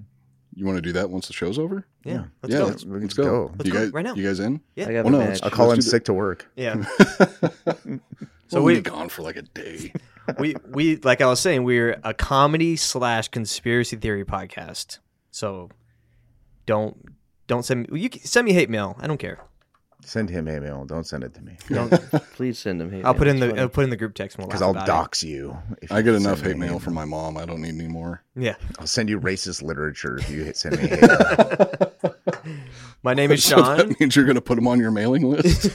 Speaker 3: you want to do that once the show's over?
Speaker 2: Yeah.
Speaker 4: Yeah.
Speaker 2: Let's
Speaker 3: yeah,
Speaker 2: go.
Speaker 3: let's,
Speaker 4: We can
Speaker 3: let's
Speaker 4: just
Speaker 3: go.
Speaker 4: go.
Speaker 2: Let's
Speaker 3: You
Speaker 2: go
Speaker 3: guys,
Speaker 2: right now.
Speaker 3: you guys in?
Speaker 2: Yeah.
Speaker 5: I got
Speaker 3: Well, no,
Speaker 5: a
Speaker 3: it's-
Speaker 5: match.
Speaker 4: I'll call
Speaker 3: Let's
Speaker 4: in
Speaker 3: do the-
Speaker 4: sick to work.
Speaker 2: [laughs] Yeah.
Speaker 3: So
Speaker 2: [laughs] So
Speaker 3: we'll
Speaker 2: we-
Speaker 3: be gone for like a day.
Speaker 2: we we like I was saying, we're a comedy slash conspiracy theory podcast. So don't don't send me you can send me hate mail. I don't care.
Speaker 4: Send him email. Don't send it to me.
Speaker 5: [laughs] Please send him. hate
Speaker 2: I'll put
Speaker 5: mail.
Speaker 2: in
Speaker 5: It's
Speaker 2: the I'll
Speaker 5: funny.
Speaker 2: put in the group text and we'll
Speaker 4: Because
Speaker 2: laugh
Speaker 4: I'll
Speaker 2: about
Speaker 4: dox you. if
Speaker 3: I get
Speaker 4: you
Speaker 3: enough
Speaker 4: send me
Speaker 3: hate mail
Speaker 4: email.
Speaker 3: from my mom. I don't need any more. [laughs]
Speaker 2: It. Yeah.
Speaker 4: I'll send you racist literature if you hit- send me
Speaker 3: [laughs]
Speaker 4: hate mail.
Speaker 2: My name
Speaker 5: [laughs]
Speaker 2: is
Speaker 3: So
Speaker 2: Sean.
Speaker 3: that means you're going to put them on your mailing list.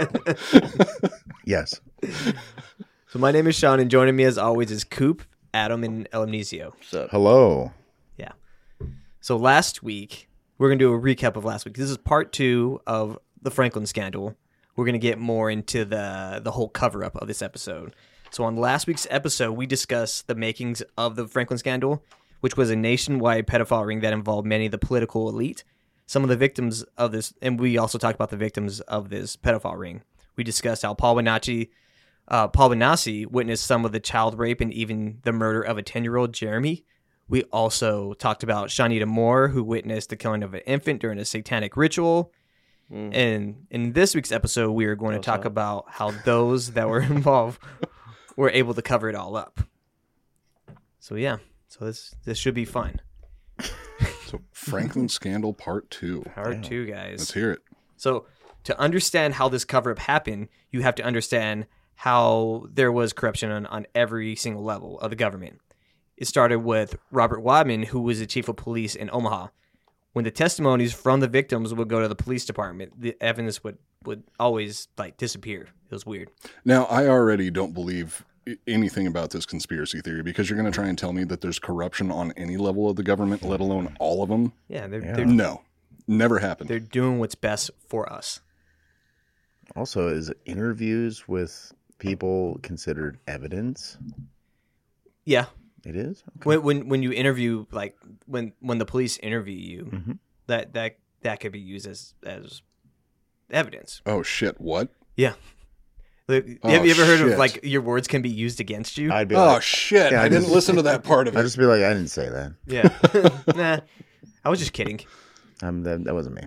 Speaker 2: [laughs]
Speaker 4: Yes.
Speaker 2: so my name is Sean and joining me as always is Coop, Adam, and Amnesio.
Speaker 4: Hello.
Speaker 2: So last week, we're going to do a recap of last week. This is part two of the Franklin scandal. We're going to get more into the the whole cover up of this episode. So on last week's episode, we discussed the makings of the Franklin scandal, which was a nationwide pedophile ring that involved many of the political elite. Some of the victims of this, and we also talked about the victims of this pedophile ring. We discussed how Paul Bonacci, uh, Paul Benassi witnessed some of the child rape and even the murder of a 10 year old Jeremy. We also talked about Shanita Moore, who witnessed the killing of an infant during a satanic ritual. And in this week's episode, we are going to talk about how those that were [laughs] involved were able to cover it all up. So yeah, so this this should be fun.
Speaker 3: so Franklin Scandal Part 2.
Speaker 2: Part two, guys.
Speaker 3: Let's hear it.
Speaker 2: So, to understand how this cover up happened, you have to understand how there was corruption on, on every single level of the government. It started with Robert Wadman, who was the chief of police in Omaha. when the testimonies from the victims would go to the police department, the evidence would would always like disappear. It was weird.
Speaker 3: Now, I already don't believe i- anything about this conspiracy theory because you're going to try and tell me that there's corruption on any level of the government, let alone all of them.
Speaker 2: Yeah, they're
Speaker 4: Yeah.
Speaker 2: they're
Speaker 3: No, never happened.
Speaker 2: they're doing what's best for us.
Speaker 4: Also, is interviews with people considered evidence?
Speaker 2: Yeah,
Speaker 4: It is.
Speaker 2: when when when you interview like when when the police interview you,
Speaker 4: Mhm.
Speaker 2: that that that could be used as as evidence.
Speaker 3: Oh shit! What?
Speaker 2: Like, have
Speaker 3: Oh,
Speaker 2: you ever heard
Speaker 3: shit.
Speaker 2: of like your words can be used against you?
Speaker 4: I'd be
Speaker 3: Oh
Speaker 4: like,
Speaker 3: shit!
Speaker 4: Yeah,
Speaker 3: I
Speaker 4: I
Speaker 3: didn't
Speaker 4: just-
Speaker 3: listen to that part of
Speaker 4: I'd
Speaker 3: it.
Speaker 4: just be like, I didn't say that.
Speaker 3: [laughs]
Speaker 2: yeah, nah, I was just kidding.
Speaker 4: Um, that, that wasn't me.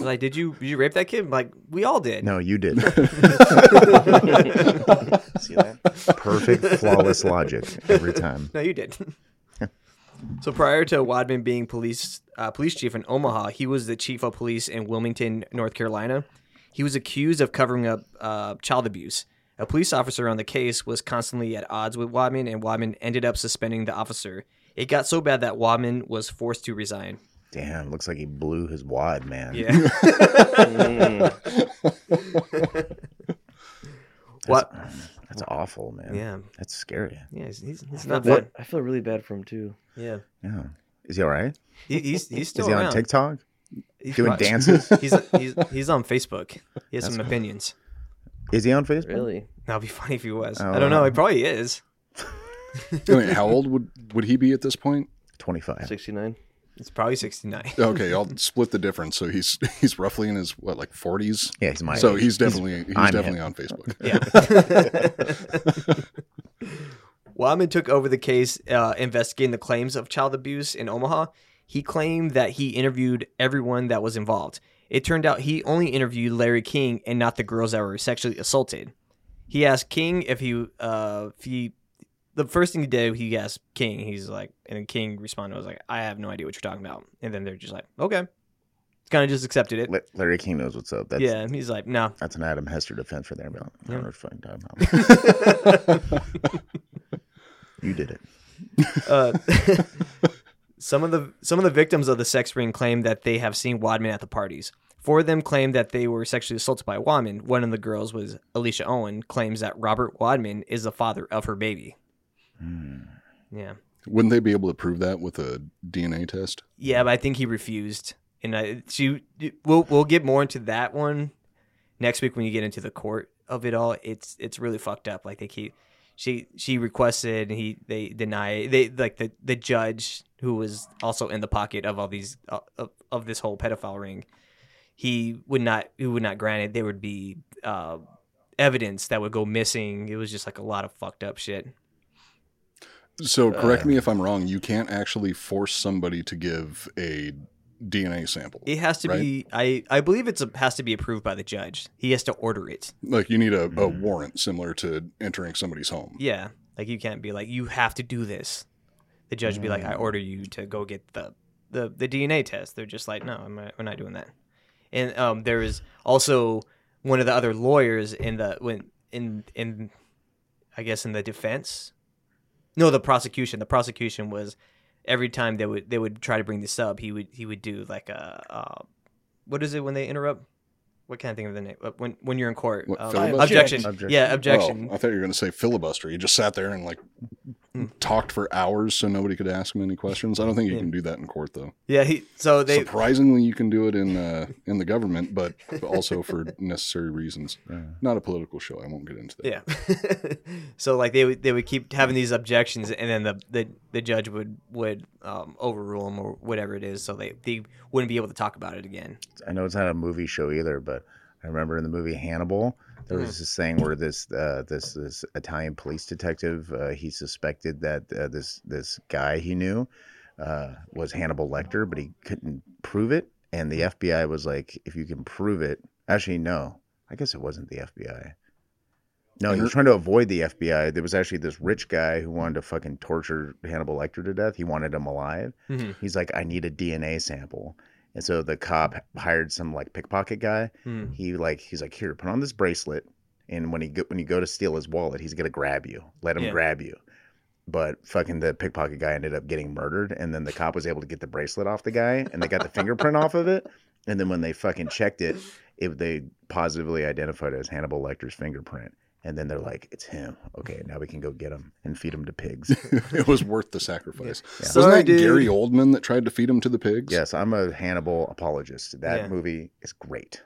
Speaker 2: Like, did you did you rape that kid? Like, we all did.
Speaker 4: No, you did. [laughs] See that? Perfect, flawless logic every time.
Speaker 2: No, you did. [laughs] so prior to Wadman being police uh, police chief in Omaha, he was the chief of police in Wilmington, North Carolina. He was accused of covering up uh, child abuse. A police officer on the case was constantly at odds with Wadman, and Wadman ended up suspending the officer. It got so bad that Wadman was forced to resign.
Speaker 4: Damn, looks like he blew his wad, man. [laughs]
Speaker 2: Yeah.
Speaker 4: That's-
Speaker 2: what?
Speaker 4: That's awful, man.
Speaker 2: Yeah.
Speaker 4: That's scary.
Speaker 2: Yeah. He's, he's, he's
Speaker 5: I feel
Speaker 2: not
Speaker 5: bad-
Speaker 2: fun.
Speaker 5: I feel really bad for him too.
Speaker 2: Yeah.
Speaker 4: Yeah. Is he all right?
Speaker 2: He, he's he's still
Speaker 4: Is he
Speaker 2: around.
Speaker 4: on TikTok
Speaker 2: He's
Speaker 4: doing
Speaker 2: probably-
Speaker 4: dances?
Speaker 2: [laughs] He's, he's he's on Facebook. He has some opinions.
Speaker 4: Is he on Facebook?
Speaker 5: Really?
Speaker 2: That'd be [laughs] funny if he was.
Speaker 4: Oh,
Speaker 2: I don't know.
Speaker 4: wow.
Speaker 2: He probably is.
Speaker 3: I mean, how old would would he be at this point?
Speaker 4: 25.
Speaker 2: [laughs]
Speaker 5: Sixty nine.
Speaker 2: It's probably 69.
Speaker 3: Okay, I'll split the difference. So he's [laughs] he's roughly in his what like 40s.
Speaker 4: Yeah, he's my
Speaker 3: So
Speaker 4: age.
Speaker 3: he's definitely he's,
Speaker 4: I'm
Speaker 3: definitely on Facebook.
Speaker 2: Yeah. Wyman took over the case uh, investigating the claims of child abuse in Omaha. He claimed that he interviewed everyone that was involved. It turned out he only interviewed Larry King and not the girls that were sexually assaulted. He asked King if he, uh, if he, the first thing he did, he asked King. He's like, and then King responded, was like, I have no idea what you're talking about. And then they're just like, okay. Kind of just accepted it.
Speaker 4: La- Larry King knows what's up. That's,
Speaker 2: yeah. And he's like, no.
Speaker 4: That's an Adam Hester defense for there. But I don't know
Speaker 2: Yeah.
Speaker 4: what you're fucking talking about. [laughs] you did it.
Speaker 2: Uh, [laughs] some of the some of the victims of the sex ring claim that they have seen Wadman at the parties. Four of them claim that they were sexually assaulted by Wadman. One of the girls was Alicia Owen, claims that Robert Wadman is the father of her baby. Yeah,
Speaker 3: [laughs] Wouldn't they be able to prove that with a DNA test?
Speaker 2: yeah, but I think he refused, and I, she. We'll we'll get more into that one next week when you get into the court of it all. It's it's really fucked up. Like they keep. She she requested and he they deny they like the the judge who was also in the pocket of all these uh, of, of this whole pedophile ring. He would not he would not grant it. There would be uh, evidence that would go missing. It was just like a lot of fucked up shit.
Speaker 3: So correct
Speaker 4: Uh.
Speaker 3: me if I'm wrong. You can't actually force somebody to give a DNA sample.
Speaker 2: It has to be I I believe it's a, has to be approved by the judge. He has to order it.
Speaker 3: Like you need a, a
Speaker 4: Mhm.
Speaker 3: warrant similar to entering somebody's home.
Speaker 2: Yeah. Like you can't be like, you have to do this. The judge would be like, I order you to go get the the, the DNA test. They're just like, no, I'm not, we're not doing that. And um, there is also one of the other lawyers in the when in in I guess in the defense. No, the prosecution. The prosecution was every time they would they would try to bring this up, he would he would do like a uh, what is it when they interrupt? What can't I think of the name? Uh, When when you're in court,
Speaker 3: What,
Speaker 2: um,
Speaker 3: filibuster?
Speaker 2: objection.
Speaker 4: Objection.
Speaker 2: Yeah,
Speaker 3: Oh,
Speaker 2: objection.
Speaker 3: I thought you were going to say filibuster. You just sat there and like
Speaker 2: Mm.
Speaker 3: talked for hours so nobody could ask him any questions. I don't think you
Speaker 2: Yeah.
Speaker 3: can do that in court though.
Speaker 2: Yeah, he, so they
Speaker 3: Surprisingly, you can do it in uh, in the government, but also for
Speaker 2: [laughs]
Speaker 3: necessary reasons. Not a political show. I won't get into that.
Speaker 2: Yeah. [laughs] so like they would they would keep having these objections, and then the the, the judge would would um, overrule them or whatever it is, so they they wouldn't be able to talk about it again.
Speaker 4: I know it's not a movie show either, but I remember in the movie Hannibal, there was this thing where this uh, this this Italian police detective uh, he suspected that uh, this this guy he knew uh, was Hannibal Lecter, but he couldn't prove it, and the FBI was like, "If you can prove it, actually, no, I guess it wasn't the FBI." No, he was trying to avoid the FBI. There was actually this rich guy who wanted to fucking torture Hannibal Lecter to death. He wanted him alive.
Speaker 5: Mm-hmm.
Speaker 2: Mhm.
Speaker 4: He's like, I need a DNA sample. And so the cop hired some like pickpocket guy.
Speaker 2: Mm.
Speaker 4: He like he's like, here, put on this bracelet, and when he go, when you go to steal his wallet, he's gonna grab you. Let him
Speaker 2: Yeah.
Speaker 4: grab you. but fucking the pickpocket guy ended up getting murdered and then the cop was able to get the bracelet off the guy and they got the fingerprint off of it and then when they fucking checked it, it they positively identified it as Hannibal Lecter's fingerprint and then they're like it's him okay now we can go get him and feed him to pigs
Speaker 3: [laughs] it was worth the sacrifice.
Speaker 2: Yeah.
Speaker 3: Wasn't
Speaker 2: Sorry,
Speaker 3: that
Speaker 2: dude.
Speaker 3: Gary Oldman that tried to feed him to the pigs?
Speaker 4: yes i'm a hannibal apologist that
Speaker 2: Yeah.
Speaker 4: movie is great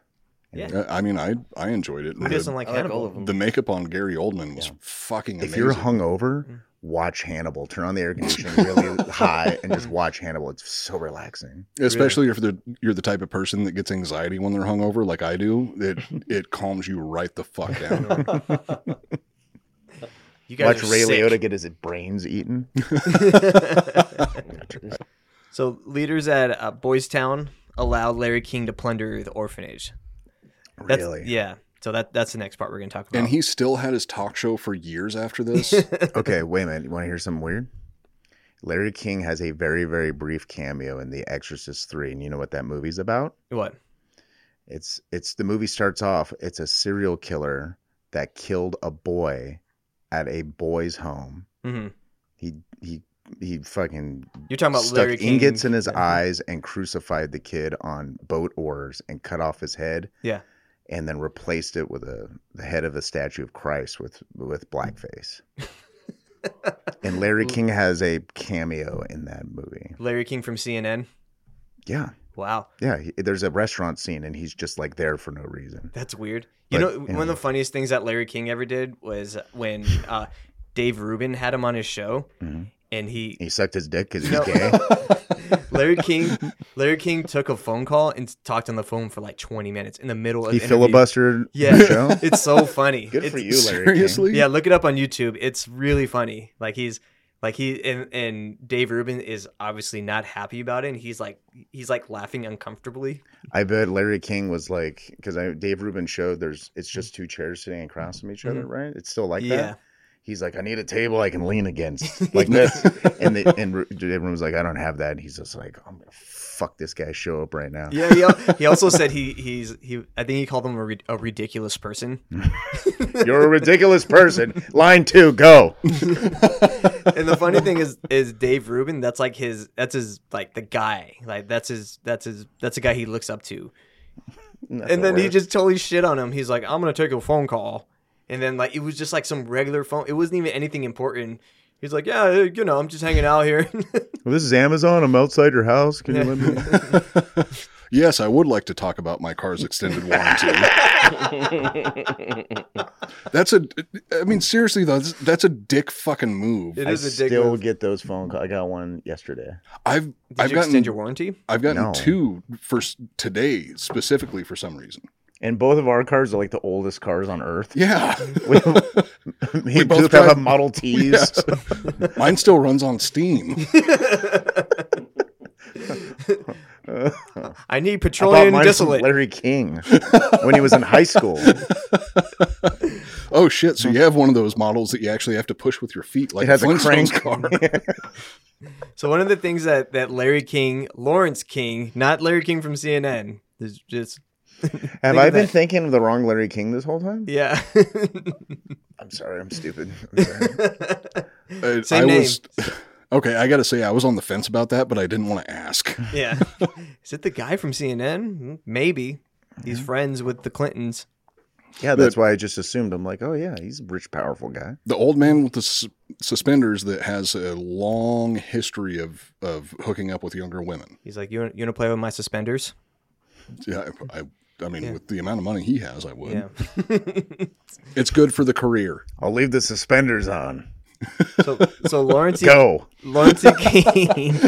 Speaker 2: Yeah.
Speaker 3: Uh, I mean, I I enjoyed it.
Speaker 2: Who doesn't
Speaker 3: The,
Speaker 2: like
Speaker 5: I like all
Speaker 2: Hannibal?
Speaker 5: of them.
Speaker 3: the makeup on Gary Oldman was
Speaker 4: Yeah.
Speaker 3: fucking amazing.
Speaker 4: if you're
Speaker 2: Mm.
Speaker 4: hungover watch hannibal turn on the air conditioning really
Speaker 2: [laughs]
Speaker 4: high and
Speaker 2: Mm.
Speaker 4: just watch hannibal it's so relaxing
Speaker 3: especially if they're, you're the type of person that gets anxiety when they're hungover, like I do.
Speaker 2: [laughs]
Speaker 3: It it calms you right the fuck down.
Speaker 2: You
Speaker 4: watch
Speaker 2: guys are
Speaker 4: ray
Speaker 2: sick.
Speaker 4: liotta get his brains eaten
Speaker 2: So leaders at uh, Boys Town allowed Larry King to plunder the orphanage. [laughs] That's,
Speaker 4: really
Speaker 2: Yeah. [laughs] So that that's the next part we're gonna talk about.
Speaker 3: and he still had his talk show for years
Speaker 2: [laughs]
Speaker 3: after this.
Speaker 4: okay, wait a minute. You want to hear something weird? Larry King has a very, very brief cameo in The Exorcist 3, and you know what that movie's about?
Speaker 2: what?
Speaker 4: It's it's the movie starts off, it's a serial killer that killed a boy at a boy's home.
Speaker 2: hmm
Speaker 4: He he he fucking
Speaker 2: You're talking about
Speaker 4: stuck
Speaker 2: Larry King.
Speaker 4: ingots in his eyes and crucified the kid on boat oars and cut off his head.
Speaker 2: Yeah.
Speaker 4: And then replaced it with a the head of a statue of Christ with
Speaker 2: [laughs]
Speaker 4: with blackface. and Larry King has a cameo in that movie.
Speaker 2: Larry King from CNN.
Speaker 4: Yeah.
Speaker 2: Wow,
Speaker 4: Yeah, he- there's a restaurant scene and he's just like there for no reason.
Speaker 2: that's weird. You
Speaker 4: But,
Speaker 2: know,
Speaker 4: yeah.
Speaker 2: one of the funniest things that Larry King ever did was when uh, Dave Rubin had him on his show,
Speaker 4: Mhm.
Speaker 2: and he
Speaker 4: He sucked his dick because he's
Speaker 2: No. [laughs]
Speaker 4: gay.
Speaker 2: Larry
Speaker 4: [laughs]
Speaker 2: King Larry King took a phone call and talked on the phone for like 20 minutes in the middle of
Speaker 4: He
Speaker 2: the interview.
Speaker 4: filibustered
Speaker 2: Yeah.
Speaker 4: the show.
Speaker 2: [laughs] It's so funny.
Speaker 4: [laughs] Good for
Speaker 2: It's-
Speaker 4: you, Larry. King.
Speaker 3: Seriously?
Speaker 2: Yeah, look it up on YouTube. It's really funny. Like he's like he and and Dave Rubin is obviously not happy about it. And he's like he's like laughing
Speaker 4: [laughs]
Speaker 2: uncomfortably.
Speaker 4: I bet Larry King was like, because I Dave Rubin showed there's it's just two chairs sitting across from each other, right? It's still like
Speaker 2: Mm. Mm-hmm. Yeah.
Speaker 4: that. He's like, I need a table I can lean
Speaker 2: [laughs]
Speaker 4: against like this, and the, and Ru- Dave Rubin was like, I don't have that. And he's just like, I'm gonna fuck this guy's show up right now.
Speaker 2: Yeah, he, al- he also said he he's he. I think he called him a, ri- a ridiculous person.
Speaker 4: [laughs] You're a ridiculous person. Line two, go.
Speaker 2: [laughs] And the funny thing is is Dave Rubin. That's like his. That's his like the guy. Like that's his. That's his. That's a guy he looks up to. and then he just totally shit on him. He's like, I'm gonna take a phone call, and then like it was just like some regular phone. It wasn't even anything important. He's like, yeah, uh, you know, I'm just hanging out here. [laughs]
Speaker 4: Well, this is Amazon. I'm outside your house. Can you let me?
Speaker 3: Yes, I would like to talk about my car's extended
Speaker 2: [laughs]
Speaker 3: warranty. that's a. I mean, seriously though, that's, that's a dick fucking move.
Speaker 2: [laughs] It
Speaker 4: I
Speaker 2: is a dick
Speaker 4: still
Speaker 2: move.
Speaker 4: get those phone calls. I got one yesterday.
Speaker 3: I've
Speaker 2: Did
Speaker 3: I've
Speaker 2: you
Speaker 3: gotten
Speaker 2: extend your warranty?
Speaker 3: I've gotten
Speaker 4: No.
Speaker 3: two for s- today specifically for some reason.
Speaker 4: And both of our cars are like the oldest cars on earth. [laughs]
Speaker 3: Yeah, [laughs]
Speaker 4: We, me and
Speaker 3: both
Speaker 4: Coop have
Speaker 3: drive-
Speaker 4: Model Ts.
Speaker 2: [laughs]
Speaker 3: Yes. [laughs] mine still runs on Steam.
Speaker 2: I need
Speaker 4: I bought
Speaker 2: petroleum
Speaker 4: mine from
Speaker 2: distillate.
Speaker 4: Larry King when he was in high school. It
Speaker 3: Oh shit! So you have one of those models that you actually have to push with your feet, like
Speaker 4: has a
Speaker 3: Flintstones car.
Speaker 4: crank.
Speaker 2: So one of the things that that Larry King, Lawrence King, not Larry King from CNN, is just
Speaker 4: Have
Speaker 2: Think
Speaker 4: I
Speaker 2: of
Speaker 4: been
Speaker 2: that.
Speaker 4: thinking of the wrong Larry King this whole time?
Speaker 2: yeah. [laughs]
Speaker 4: I'm sorry, I'm stupid. I'm sorry.
Speaker 3: Uh,
Speaker 2: Same
Speaker 3: [laughs] I
Speaker 2: name.
Speaker 3: was [laughs] okay. I got to say, I was on the fence about that, but I didn't want to ask.
Speaker 2: yeah. [laughs] Is it the guy from CNN? Hmm, Maybe. He's friends with the Clintons.
Speaker 4: yeah, that's why I just assumed. I'm like, oh yeah, he's a rich, powerful guy.
Speaker 3: The old man with the s- suspenders that has a long history of of hooking up with younger women.
Speaker 2: He's like, you, wanna- you want to play with my suspenders?
Speaker 3: Yeah, I, I, I mean,
Speaker 2: Yeah.
Speaker 3: with the amount of money he has, I would.
Speaker 4: [laughs]
Speaker 2: Yeah.
Speaker 3: It's good for the career.
Speaker 4: I'll leave the suspenders on.
Speaker 2: So, so Lawrence
Speaker 4: Go.
Speaker 2: [laughs] Lawrence Kane.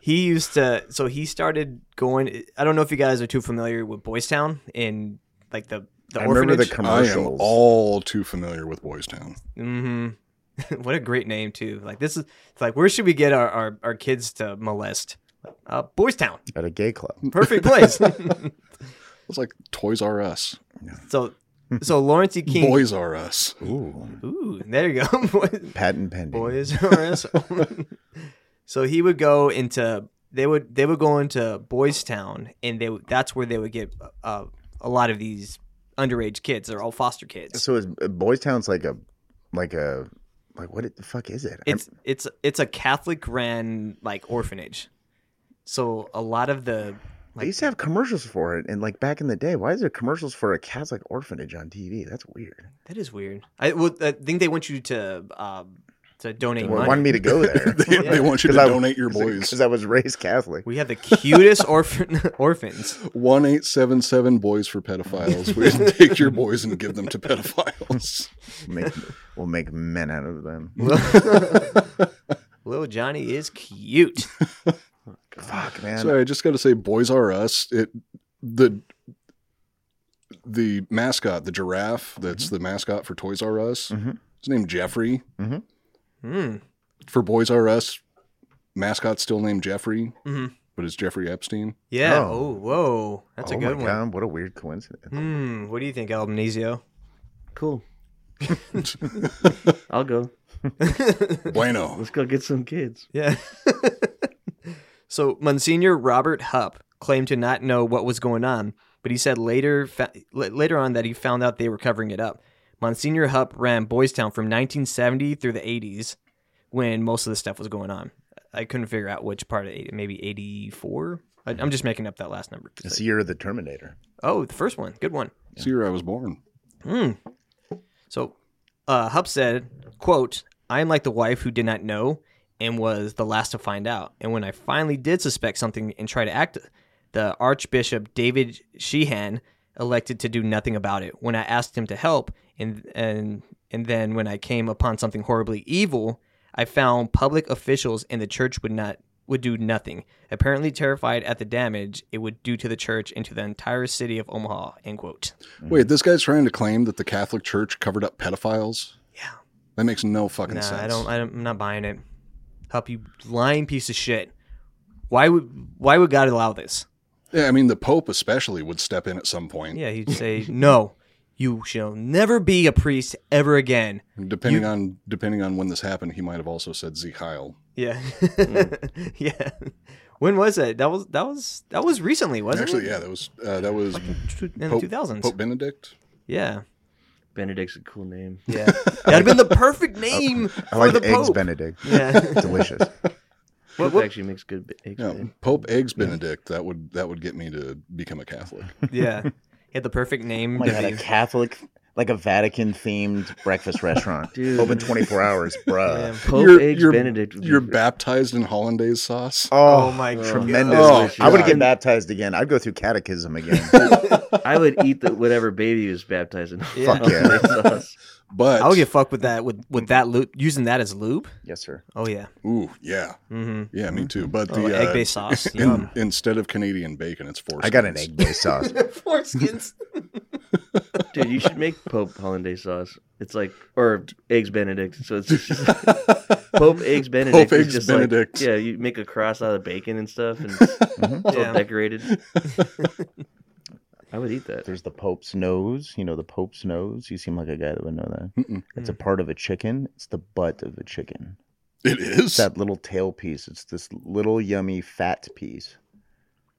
Speaker 2: he used to. So he started going. I don't know if you guys are too familiar with Boys Town and like the the
Speaker 4: I remember the
Speaker 2: orphanage.
Speaker 3: I am
Speaker 4: commercials.
Speaker 3: all too familiar with Boys Town.
Speaker 2: mm-hmm. [laughs] what a great name too. Like this is it's like where should we get our our, our kids to molest? Uh, Boys Town,
Speaker 4: at a gay club.
Speaker 2: perfect
Speaker 4: [laughs]
Speaker 2: place.
Speaker 3: It's like Toys R Us.
Speaker 2: so so Lawrence E. King.
Speaker 3: Boys R Us. [laughs]
Speaker 4: Ooh,
Speaker 2: Ooh, there you go. [laughs] Boys-
Speaker 4: patent pending. [laughs]
Speaker 2: Boys R Us. so he would go into they would they would go into Boys Town, and they would- that's where they would get uh, a lot of these underage kids. They're all foster kids.
Speaker 4: So is uh, Boys Town's like a like a Like, what the fuck is it?
Speaker 2: It's it's it's a Catholic ran like orphanage, so a lot of the
Speaker 4: they
Speaker 2: like
Speaker 4: used to have commercials for it, and like back in the day, why is there commercials for a Catholic orphanage on TV? That's weird.
Speaker 2: that is weird. I well, I think they want you to um to donate
Speaker 4: Well,
Speaker 2: money.
Speaker 4: wanted me to go there
Speaker 3: they, they want you to
Speaker 4: Because I-
Speaker 3: donate
Speaker 4: [laughs]
Speaker 3: your boys.
Speaker 4: because I was raised Catholic.
Speaker 2: We have the
Speaker 4: [laughs]
Speaker 2: cutest orphan orphans.
Speaker 3: One eight seven seven boys for
Speaker 2: [laughs]
Speaker 3: pedophiles. We take your boys and give them to pedophiles.
Speaker 2: [laughs]
Speaker 4: Make, we'll make men out of them.
Speaker 2: Mm-hmm. Little Johnny is cute.
Speaker 4: Fuck, man.
Speaker 3: Sorry, I just got to say, Boys Are Us. It the the mascot, the giraffe. That's
Speaker 2: Mm-hmm.
Speaker 3: the mascot for Toys R Us.
Speaker 4: Mhm.
Speaker 3: His name Jeffrey.
Speaker 2: Hmm.
Speaker 3: For Boys R Us, mascot still named Jeffrey,
Speaker 2: Mhm.
Speaker 3: but it's Jeffrey
Speaker 2: [laughs]
Speaker 3: Epstein. [laughs]
Speaker 2: Yeah.
Speaker 4: Oh.
Speaker 2: Oh, whoa. That's
Speaker 4: oh
Speaker 2: a good one.
Speaker 4: my God, what a weird coincidence.
Speaker 2: Hmm. What do you think, Albanizio?
Speaker 5: [laughs] Cool. I'll go.
Speaker 3: Bueno.
Speaker 5: Let's go get some kids.
Speaker 2: Yeah. [laughs] so Monsignor Robert Hupp claimed to not know what was going on, but he said later fa- la- later on that he found out they were covering it up. Monsignor Hupp ran Boys Town from 1970 through the 80s when most of the stuff was going on. I couldn't figure out which part of 80, maybe 84. I, I'm just making up that last number.
Speaker 4: It's the year of the Terminator.
Speaker 2: Oh, the first one. Good one.
Speaker 3: It's the year I was born.
Speaker 2: Hmm. So, uh, Hupp said, "quote I am like the wife who did not know and was the last to find out. And when I finally did suspect something and try to act, the Archbishop David Sheehan elected to do nothing about it. When I asked him to help, and and and then when I came upon something horribly evil, I found public officials and the church would not." Would do nothing. Apparently terrified at the damage it would do to the church and to the entire city of Omaha. End quote.
Speaker 3: Wait, this guy's trying to claim that the Catholic Church covered up pedophiles.
Speaker 2: Yeah.
Speaker 3: That makes no fucking
Speaker 2: Nah,
Speaker 3: sense.
Speaker 2: I don't, I don't. I'm not buying it. Hup, you lying piece of shit. Why would Why would God allow this?
Speaker 3: Yeah, I mean the Pope especially would step in at some point,
Speaker 2: Yeah, he'd say, [laughs] "No, you shall never be a priest ever again."
Speaker 3: depending on depending on when this happened. He might have also said Zeke Heil.
Speaker 2: Yeah, [laughs] yeah. When was it? That was that was that was recently, wasn't
Speaker 3: Actually,
Speaker 2: it?
Speaker 3: yeah, that was uh, that was
Speaker 2: Actually, yeah. In the
Speaker 3: Pope-
Speaker 2: two thousands.
Speaker 3: Pope Benedict.
Speaker 2: Yeah,
Speaker 5: Benedict's a cool name.
Speaker 4: [laughs]
Speaker 2: yeah. That'd been the perfect name
Speaker 4: Oh, I
Speaker 2: for
Speaker 4: like
Speaker 2: the
Speaker 4: eggs
Speaker 2: Pope.
Speaker 4: Benedict.
Speaker 2: [laughs] yeah. [laughs]
Speaker 4: Delicious. Oh
Speaker 5: Pope
Speaker 2: what-
Speaker 5: actually makes good b- eggs.
Speaker 3: Yeah,
Speaker 5: man.
Speaker 3: Pope Eggs Benedict. That would that would get me to become a Catholic.
Speaker 2: yeah, he had the perfect name.
Speaker 4: Oh my
Speaker 2: to
Speaker 4: God, a
Speaker 2: be-
Speaker 4: Catholic, like a Vatican themed
Speaker 2: [laughs]
Speaker 4: breakfast restaurant.
Speaker 5: Dude.
Speaker 4: Open 24 hours, bruh.
Speaker 2: Yeah.
Speaker 5: Pope
Speaker 3: You're-
Speaker 5: eggs
Speaker 3: you're-
Speaker 5: Benedict. would be
Speaker 3: You're
Speaker 5: great.
Speaker 3: baptized in hollandaise sauce.
Speaker 2: Oh my god!
Speaker 4: Tremendous.
Speaker 3: Oh,
Speaker 4: I would
Speaker 3: God.
Speaker 4: get baptized again. I'd go through catechism
Speaker 2: [laughs]
Speaker 4: again.
Speaker 5: I would eat the, whatever baby was baptized in. [laughs]
Speaker 2: Yeah.
Speaker 4: Fuck yeah.
Speaker 5: sauce.
Speaker 3: But
Speaker 2: I would get fucked with that with with that loop using that as lube.
Speaker 4: yes, sir.
Speaker 2: Oh yeah.
Speaker 3: ooh yeah
Speaker 2: Mm-hmm.
Speaker 3: yeah me too. But
Speaker 2: Oh,
Speaker 3: the uh,
Speaker 2: egg based [laughs] sauce.
Speaker 3: in-
Speaker 2: Yum.
Speaker 3: instead of Canadian bacon, it's four.
Speaker 4: I got an egg
Speaker 2: [laughs]
Speaker 4: based sauce.
Speaker 2: Foreskins.
Speaker 5: Dude, you should make Pope hollandaise sauce. It's like or eggs Benedict. So it's just Pope eggs Benedict.
Speaker 3: Pope
Speaker 5: is
Speaker 3: eggs
Speaker 5: just
Speaker 3: Benedict.
Speaker 5: Like, yeah, you make a cross out of bacon and stuff, and it's
Speaker 4: Mm-hmm.
Speaker 5: all
Speaker 2: yeah.
Speaker 5: decorated. I would eat that.
Speaker 4: There's the Pope's nose. You know the Pope's nose. You seem like a guy that would know that.
Speaker 3: Mm-mm.
Speaker 4: It's
Speaker 2: Mm.
Speaker 4: a part of a chicken. It's the butt of a chicken.
Speaker 3: It is.
Speaker 4: It's that little tail piece. It's this little yummy fat piece.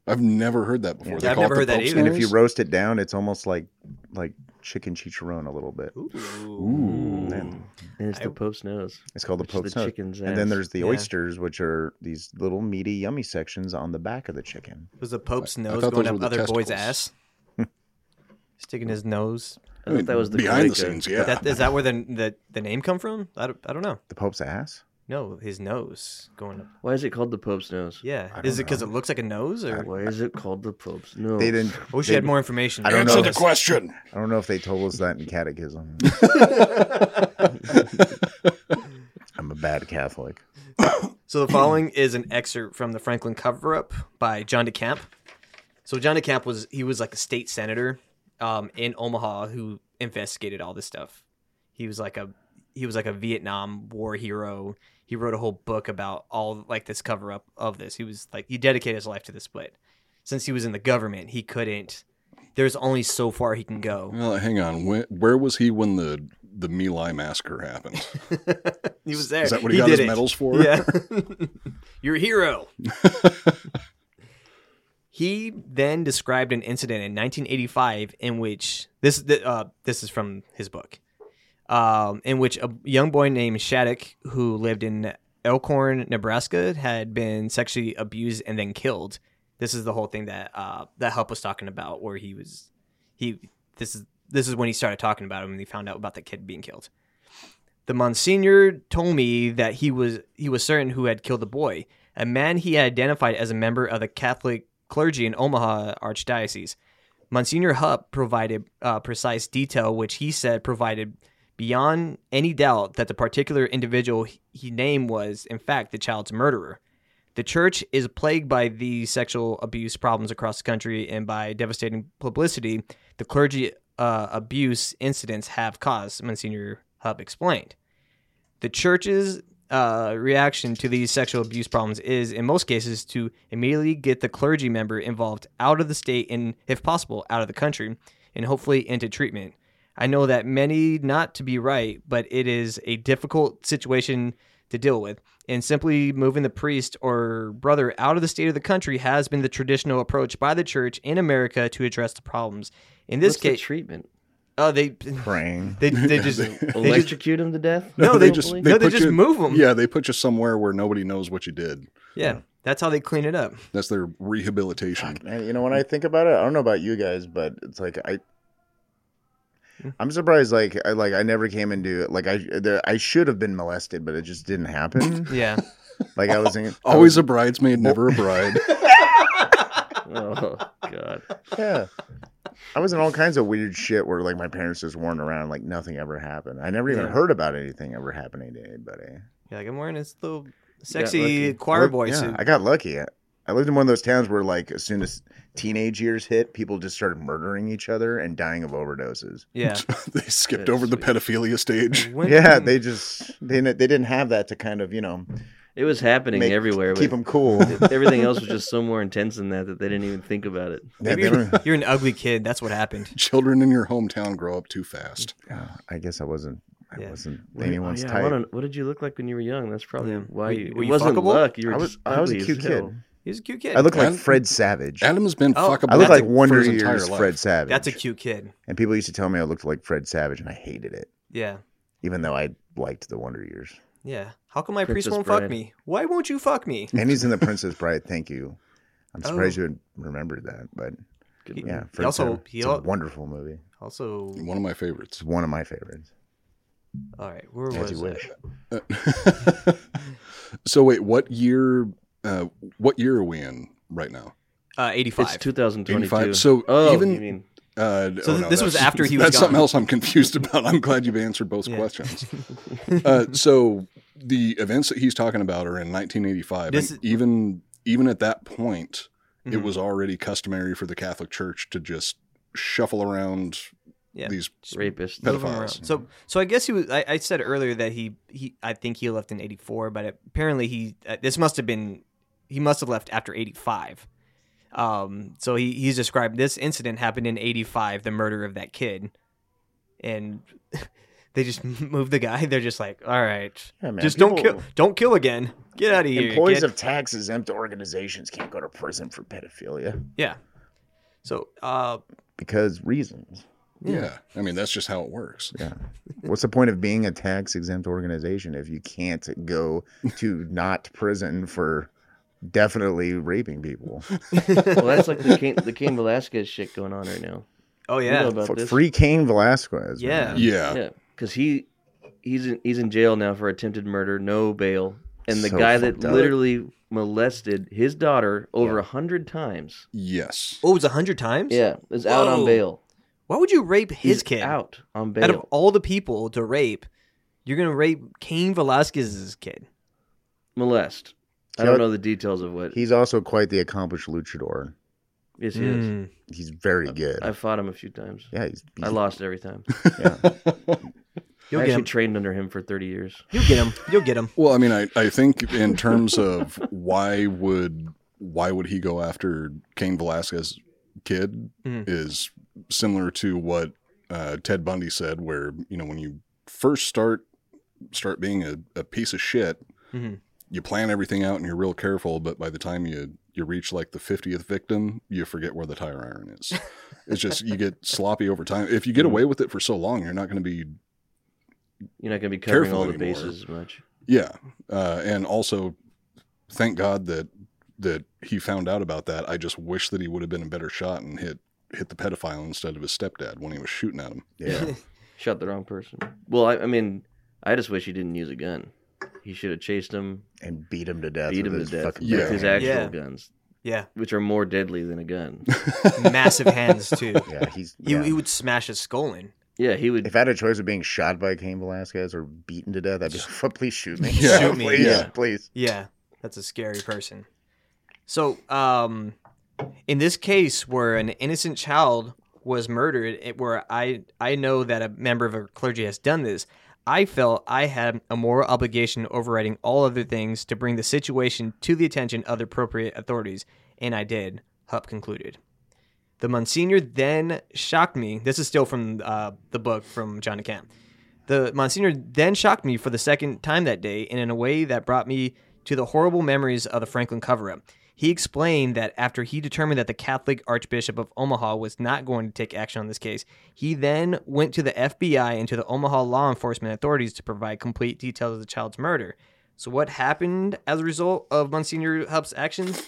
Speaker 3: I've never heard that before.
Speaker 4: Yeah,
Speaker 3: They
Speaker 2: I've
Speaker 3: call it
Speaker 2: never
Speaker 3: the
Speaker 2: heard that
Speaker 3: Pope's
Speaker 2: either.
Speaker 4: And if
Speaker 3: nose?
Speaker 4: you roast it down, it's almost like like chicken chicharron a little bit.
Speaker 3: Ooh.
Speaker 5: And it's the Pope's nose.
Speaker 4: It's called the
Speaker 5: Which is the
Speaker 4: Pope's nose.
Speaker 5: chicken's
Speaker 4: and then
Speaker 5: ass.
Speaker 4: there's the
Speaker 2: Yeah.
Speaker 4: oysters, which are these little meaty, yummy sections on the back of the chicken.
Speaker 2: Was the Pope's nose
Speaker 3: thought
Speaker 2: going
Speaker 3: those were
Speaker 2: up
Speaker 3: the
Speaker 2: other boys'
Speaker 3: testicles.
Speaker 2: ass?
Speaker 3: [laughs]
Speaker 2: Sticking his nose.
Speaker 5: I thought that was the
Speaker 3: behind the
Speaker 5: Greco.
Speaker 3: scenes. Yeah,
Speaker 2: That, is that where the, the the name come from? I don't, I don't know.
Speaker 4: The Pope's ass?
Speaker 2: No, his nose going up.
Speaker 5: Why is it called the Pope's nose?
Speaker 2: Yeah.
Speaker 4: don't
Speaker 2: Is it because it looks like a nose? Or
Speaker 5: Why is it called the Pope's nose?
Speaker 4: They didn't.
Speaker 2: I wish
Speaker 4: they-
Speaker 2: you had more information.
Speaker 4: I don't
Speaker 3: answer
Speaker 4: know.
Speaker 3: the question.
Speaker 4: I don't know if they told us that in
Speaker 5: [laughs]
Speaker 4: catechism. I'm a bad Catholic.
Speaker 2: So the following is an excerpt from the Franklin cover up by John DeCamp. So John DeCamp was he was like a state senator um, in Omaha who investigated all this stuff. He was like a he was like a Vietnam War hero. He wrote a whole book about all like this cover up of this. He was like he dedicated his life to this, but since he was in the government, he couldn't. There's only so far he can go.
Speaker 3: Well, hang on. Where, where was he when the the My Lai massacre happened?
Speaker 2: he was there.
Speaker 3: Is that what he, got
Speaker 2: did
Speaker 3: his
Speaker 2: it.
Speaker 3: medals for? [laughs]
Speaker 2: Yeah. [laughs] Your hero. he then described an incident in 1985 in which this th- uh, this is from his book. um, in which a young boy named Shattuck, who lived in Elkhorn, Nebraska, had been sexually abused and then killed. This is the whole thing that uh, that Hup was talking about, where he was he this is this is when he started talking about him and he found out about the kid being killed. The Monsignor told me that he was he was certain who had killed the boy, a man he had identified as a member of the Catholic clergy in Omaha Archdiocese. Monsignor Hupp provided uh, precise detail, which he said provided beyond any doubt that the particular individual he named was, in fact, the child's murderer. The church is plagued by these sexual abuse problems across the country, and by devastating publicity the clergy uh, abuse incidents have caused, Monsignor Hupp explained. The church's uh, reaction to these sexual abuse problems is, in most cases, to immediately get the clergy member involved out of the state and, if possible, out of the country, and hopefully into treatment. I know that many not to be right, but it is a difficult situation to deal with. And simply moving the priest or brother out of the state of the country has been the traditional approach by the church in America to address the problems. In this
Speaker 5: What's the
Speaker 2: case,
Speaker 5: treatment.
Speaker 2: oh, they
Speaker 4: praying.
Speaker 2: they they just they just
Speaker 5: Electrocute him to death.
Speaker 2: No, they
Speaker 5: Hopefully?
Speaker 2: no, they
Speaker 3: put
Speaker 2: just
Speaker 3: you-
Speaker 2: move 'em.
Speaker 3: Yeah, they put you somewhere where nobody knows what you did.
Speaker 2: yeah. That's how they clean it up.
Speaker 3: That's their rehabilitation.
Speaker 4: Man, you know, when I think about it, I don't know about you guys, but it's like I, I'm surprised. Like, I like I never came into like I there, I should have been molested, but it just
Speaker 2: [laughs]
Speaker 4: didn't happen.
Speaker 2: Yeah.
Speaker 4: like I was in, I
Speaker 3: Always
Speaker 4: was-
Speaker 3: a bridesmaid, never a bride.
Speaker 5: Oh god.
Speaker 4: yeah. I was in all kinds of weird shit where like my parents just weren't around, like nothing ever happened. I never even
Speaker 2: Yeah.
Speaker 4: heard about anything ever happening to anybody.
Speaker 2: You're like I'm wearing this little
Speaker 5: lucky.
Speaker 2: sexy choir
Speaker 4: Look,
Speaker 2: boy
Speaker 4: yeah,
Speaker 2: suit.
Speaker 4: I got lucky. I lived in one of those towns where, like, as soon as teenage years hit, people just started murdering each other and dying of overdoses.
Speaker 2: [laughs]
Speaker 4: [laughs]
Speaker 2: Yeah.
Speaker 3: [laughs] they skipped
Speaker 5: That's
Speaker 3: over the
Speaker 5: sweet.
Speaker 3: pedophilia stage.
Speaker 2: When-
Speaker 4: Yeah, they just they didn't- they didn't have that to kind of you know
Speaker 5: It was happening
Speaker 4: make-
Speaker 5: everywhere.
Speaker 4: keep
Speaker 5: but
Speaker 4: them
Speaker 5: [laughs]
Speaker 4: cool.
Speaker 5: Everything else was just so more intense than that that they didn't even think about it.
Speaker 4: Yeah,
Speaker 2: maybe
Speaker 4: they
Speaker 2: you're,
Speaker 4: were-
Speaker 2: [laughs] you're an ugly kid. That's what happened.
Speaker 3: Children in your hometown grow up too fast.
Speaker 4: Yeah, uh, I guess I wasn't I
Speaker 2: Yeah.
Speaker 4: wasn't
Speaker 5: What-
Speaker 4: anyone's
Speaker 5: oh, yeah, I
Speaker 4: type.
Speaker 5: wanna- what did you look like when you were young? That's probably
Speaker 2: Yeah.
Speaker 5: why
Speaker 2: Were-
Speaker 5: you.
Speaker 2: were
Speaker 5: it
Speaker 2: you
Speaker 5: wasn't
Speaker 2: fuckable?
Speaker 5: luck. You were
Speaker 4: I was
Speaker 5: just
Speaker 4: I was a
Speaker 5: ugly
Speaker 4: cute
Speaker 5: as hell.
Speaker 4: kid.
Speaker 2: He's a cute kid.
Speaker 4: I look like
Speaker 3: I'm-
Speaker 4: Fred Savage. I
Speaker 3: Adam's been
Speaker 2: Oh,
Speaker 3: fuckable.
Speaker 4: look
Speaker 2: that's
Speaker 4: like
Speaker 2: a-
Speaker 4: Wonder
Speaker 3: for his entire
Speaker 4: Years
Speaker 3: life.
Speaker 4: Fred Savage.
Speaker 2: That's a cute kid.
Speaker 4: And people used to tell me I looked like Fred Savage, and I hated it,
Speaker 2: Yeah.
Speaker 4: even though I liked the
Speaker 2: [laughs]
Speaker 4: Wonder Years.
Speaker 2: Yeah. How come my
Speaker 5: Princess
Speaker 2: priest won't
Speaker 5: Bride.
Speaker 2: fuck me? Why won't you fuck me?
Speaker 4: And he's in The Princess Bride. Thank you. I'm
Speaker 2: Oh.
Speaker 4: surprised you had remembered that, but
Speaker 5: Good
Speaker 2: He-
Speaker 5: man.
Speaker 4: yeah, Fred
Speaker 2: also-
Speaker 4: Savage.
Speaker 2: he
Speaker 4: it's a
Speaker 2: al-
Speaker 4: wonderful movie.
Speaker 2: Also,
Speaker 3: One of my
Speaker 4: It's
Speaker 3: favorites. [laughs]
Speaker 4: one of my favorites.
Speaker 2: all right. Where
Speaker 4: As
Speaker 2: was
Speaker 4: you
Speaker 2: I?
Speaker 4: wish.
Speaker 3: so wait, what year? Uh, what year are we in right now?
Speaker 2: Uh, 85.
Speaker 5: It's 2022.
Speaker 3: 85. So
Speaker 5: oh,
Speaker 3: even-
Speaker 5: you mean
Speaker 3: Uh,
Speaker 2: So th- this was
Speaker 3: that's-
Speaker 2: after he was
Speaker 3: That's something
Speaker 2: gone.
Speaker 3: else I'm confused about. I'm glad you've answered both
Speaker 2: Yeah.
Speaker 3: questions.
Speaker 2: [laughs]
Speaker 3: uh, so the events that he's talking about are in 1985.
Speaker 2: This
Speaker 3: and
Speaker 2: is-
Speaker 3: even even at that point, it
Speaker 2: Mhm.
Speaker 3: was already customary for the Catholic Church to just shuffle around
Speaker 2: Yeah.
Speaker 3: these.
Speaker 5: rapist?
Speaker 3: Pedophile.
Speaker 2: Move him around.
Speaker 3: pedophiles.
Speaker 2: So, so I guess he was. I, I said earlier that he, he, I think he left in '84, but apparently he. Uh, this must have been. He must have left after '85. Um. So he he's described this incident happened in '85, the murder of that kid, and [laughs] they just [laughs] moved the guy. They're just like, all right,
Speaker 4: Yeah, man,
Speaker 2: just don't
Speaker 4: people-
Speaker 2: kill, don't kill again. Get out of here.
Speaker 4: Employees
Speaker 2: kid."
Speaker 4: of tax exempt organizations can't go to prison for pedophilia
Speaker 2: yeah. So, uh,
Speaker 4: because reasons.
Speaker 3: Yeah. I mean that's just how it works.
Speaker 5: [laughs]
Speaker 4: Yeah. What's the point of being a tax exempt organization if you can't go to not prison for definitely raping people?
Speaker 5: well, that's like the Cain, the Cain Velasquez shit going on right now.
Speaker 2: oh
Speaker 5: You
Speaker 2: yeah,
Speaker 5: know about
Speaker 4: Fuck,
Speaker 5: this?
Speaker 4: Free Cain Velasquez.
Speaker 2: yeah.
Speaker 3: Yeah,
Speaker 5: Yeah, because he he's in, he's in jail now for attempted murder, no bail, and the
Speaker 4: So
Speaker 5: guy that
Speaker 4: fucked up.
Speaker 5: literally molested his daughter over a hundred times.
Speaker 3: yes.
Speaker 2: Oh, it was a hundred times.
Speaker 5: Yeah, is out on
Speaker 2: Whoa.
Speaker 5: bail.
Speaker 2: Why would you rape his
Speaker 5: He's
Speaker 2: kid?
Speaker 5: out on
Speaker 2: out of
Speaker 5: bail.
Speaker 2: all the people to rape, you're gonna rape Cain Velasquez's kid.
Speaker 5: Molest. I
Speaker 4: You
Speaker 5: don't
Speaker 4: know-
Speaker 5: know the details of what.
Speaker 4: He's also quite the accomplished luchador.
Speaker 5: Yes, he is.
Speaker 4: He's very good.
Speaker 5: I fought him a few times.
Speaker 4: yeah, he's,
Speaker 5: I
Speaker 4: Mm. he's
Speaker 5: lost every
Speaker 4: [laughs]
Speaker 5: time. [laughs]
Speaker 2: You'll
Speaker 5: I
Speaker 2: get
Speaker 5: actually
Speaker 2: him.
Speaker 5: trained under him for thirty years.
Speaker 2: You'll get him. You'll get him.
Speaker 3: Well, I mean, I, I think in terms of why would why would he go after Cain Velasquez kid
Speaker 2: Mhm.
Speaker 3: is similar to what uh, Ted Bundy said, where you know when you first start start being a, a piece of shit,
Speaker 2: Mhm.
Speaker 3: you plan everything out and you're real careful, but by the time you you reach like the 50th victim, you forget where the tire iron is. it's just you get sloppy over time. If you get away with it for so long, you're not going to be
Speaker 5: You're not going to be covering
Speaker 3: Careful
Speaker 5: all the
Speaker 3: anymore.
Speaker 5: bases as much.
Speaker 3: Yeah, uh, and also, thank God that that he found out about that. I just wish that he would have been a better shot and hit hit the pedophile instead of his stepdad when he was shooting at him.
Speaker 4: Yeah.
Speaker 5: [laughs] Shot the wrong person. Well, I, I mean, I just wish he didn't use a gun. He should have chased him,
Speaker 4: and beat him to death.
Speaker 5: beat
Speaker 4: with
Speaker 5: him to
Speaker 4: his
Speaker 5: death
Speaker 4: fucking
Speaker 5: with
Speaker 3: Yeah.
Speaker 4: bare
Speaker 5: his
Speaker 4: hands.
Speaker 5: actual
Speaker 2: Yeah.
Speaker 5: guns,
Speaker 2: Yeah,
Speaker 5: which are more deadly than
Speaker 4: [laughs]
Speaker 5: a gun.
Speaker 2: massive hands too.
Speaker 4: Yeah,
Speaker 5: [laughs]
Speaker 4: he's.
Speaker 2: You
Speaker 4: yeah.
Speaker 2: you would smash his skull in.
Speaker 5: Yeah, he would.
Speaker 4: if I had a choice of being shot by Cain Velasquez or beaten to death, I'd be like, [laughs] please shoot
Speaker 5: [laughs]
Speaker 4: me.
Speaker 3: Yeah.
Speaker 4: [laughs]
Speaker 3: Shoot
Speaker 2: me,
Speaker 4: Please,
Speaker 3: yeah.
Speaker 4: please.
Speaker 2: Yeah, that's a scary person. So, um, in this case where an innocent child was murdered, it, where I I know that a member of a clergy has done this, I felt I had a moral obligation overriding all other things to bring the situation to the attention of the appropriate authorities, and I did. Hupp concluded. The Monsignor then shocked me. This is still from uh, the book from John DeCamp. The Monsignor then shocked me for the second time that day, and in a way that brought me to the horrible memories of the Franklin cover up. He explained that after he determined that the Catholic Archbishop of Omaha was not going to take action on this case, he then went to the FBI and to the Omaha law enforcement authorities to provide complete details of the child's murder. So, what happened as a result of Monsignor Hupp's actions?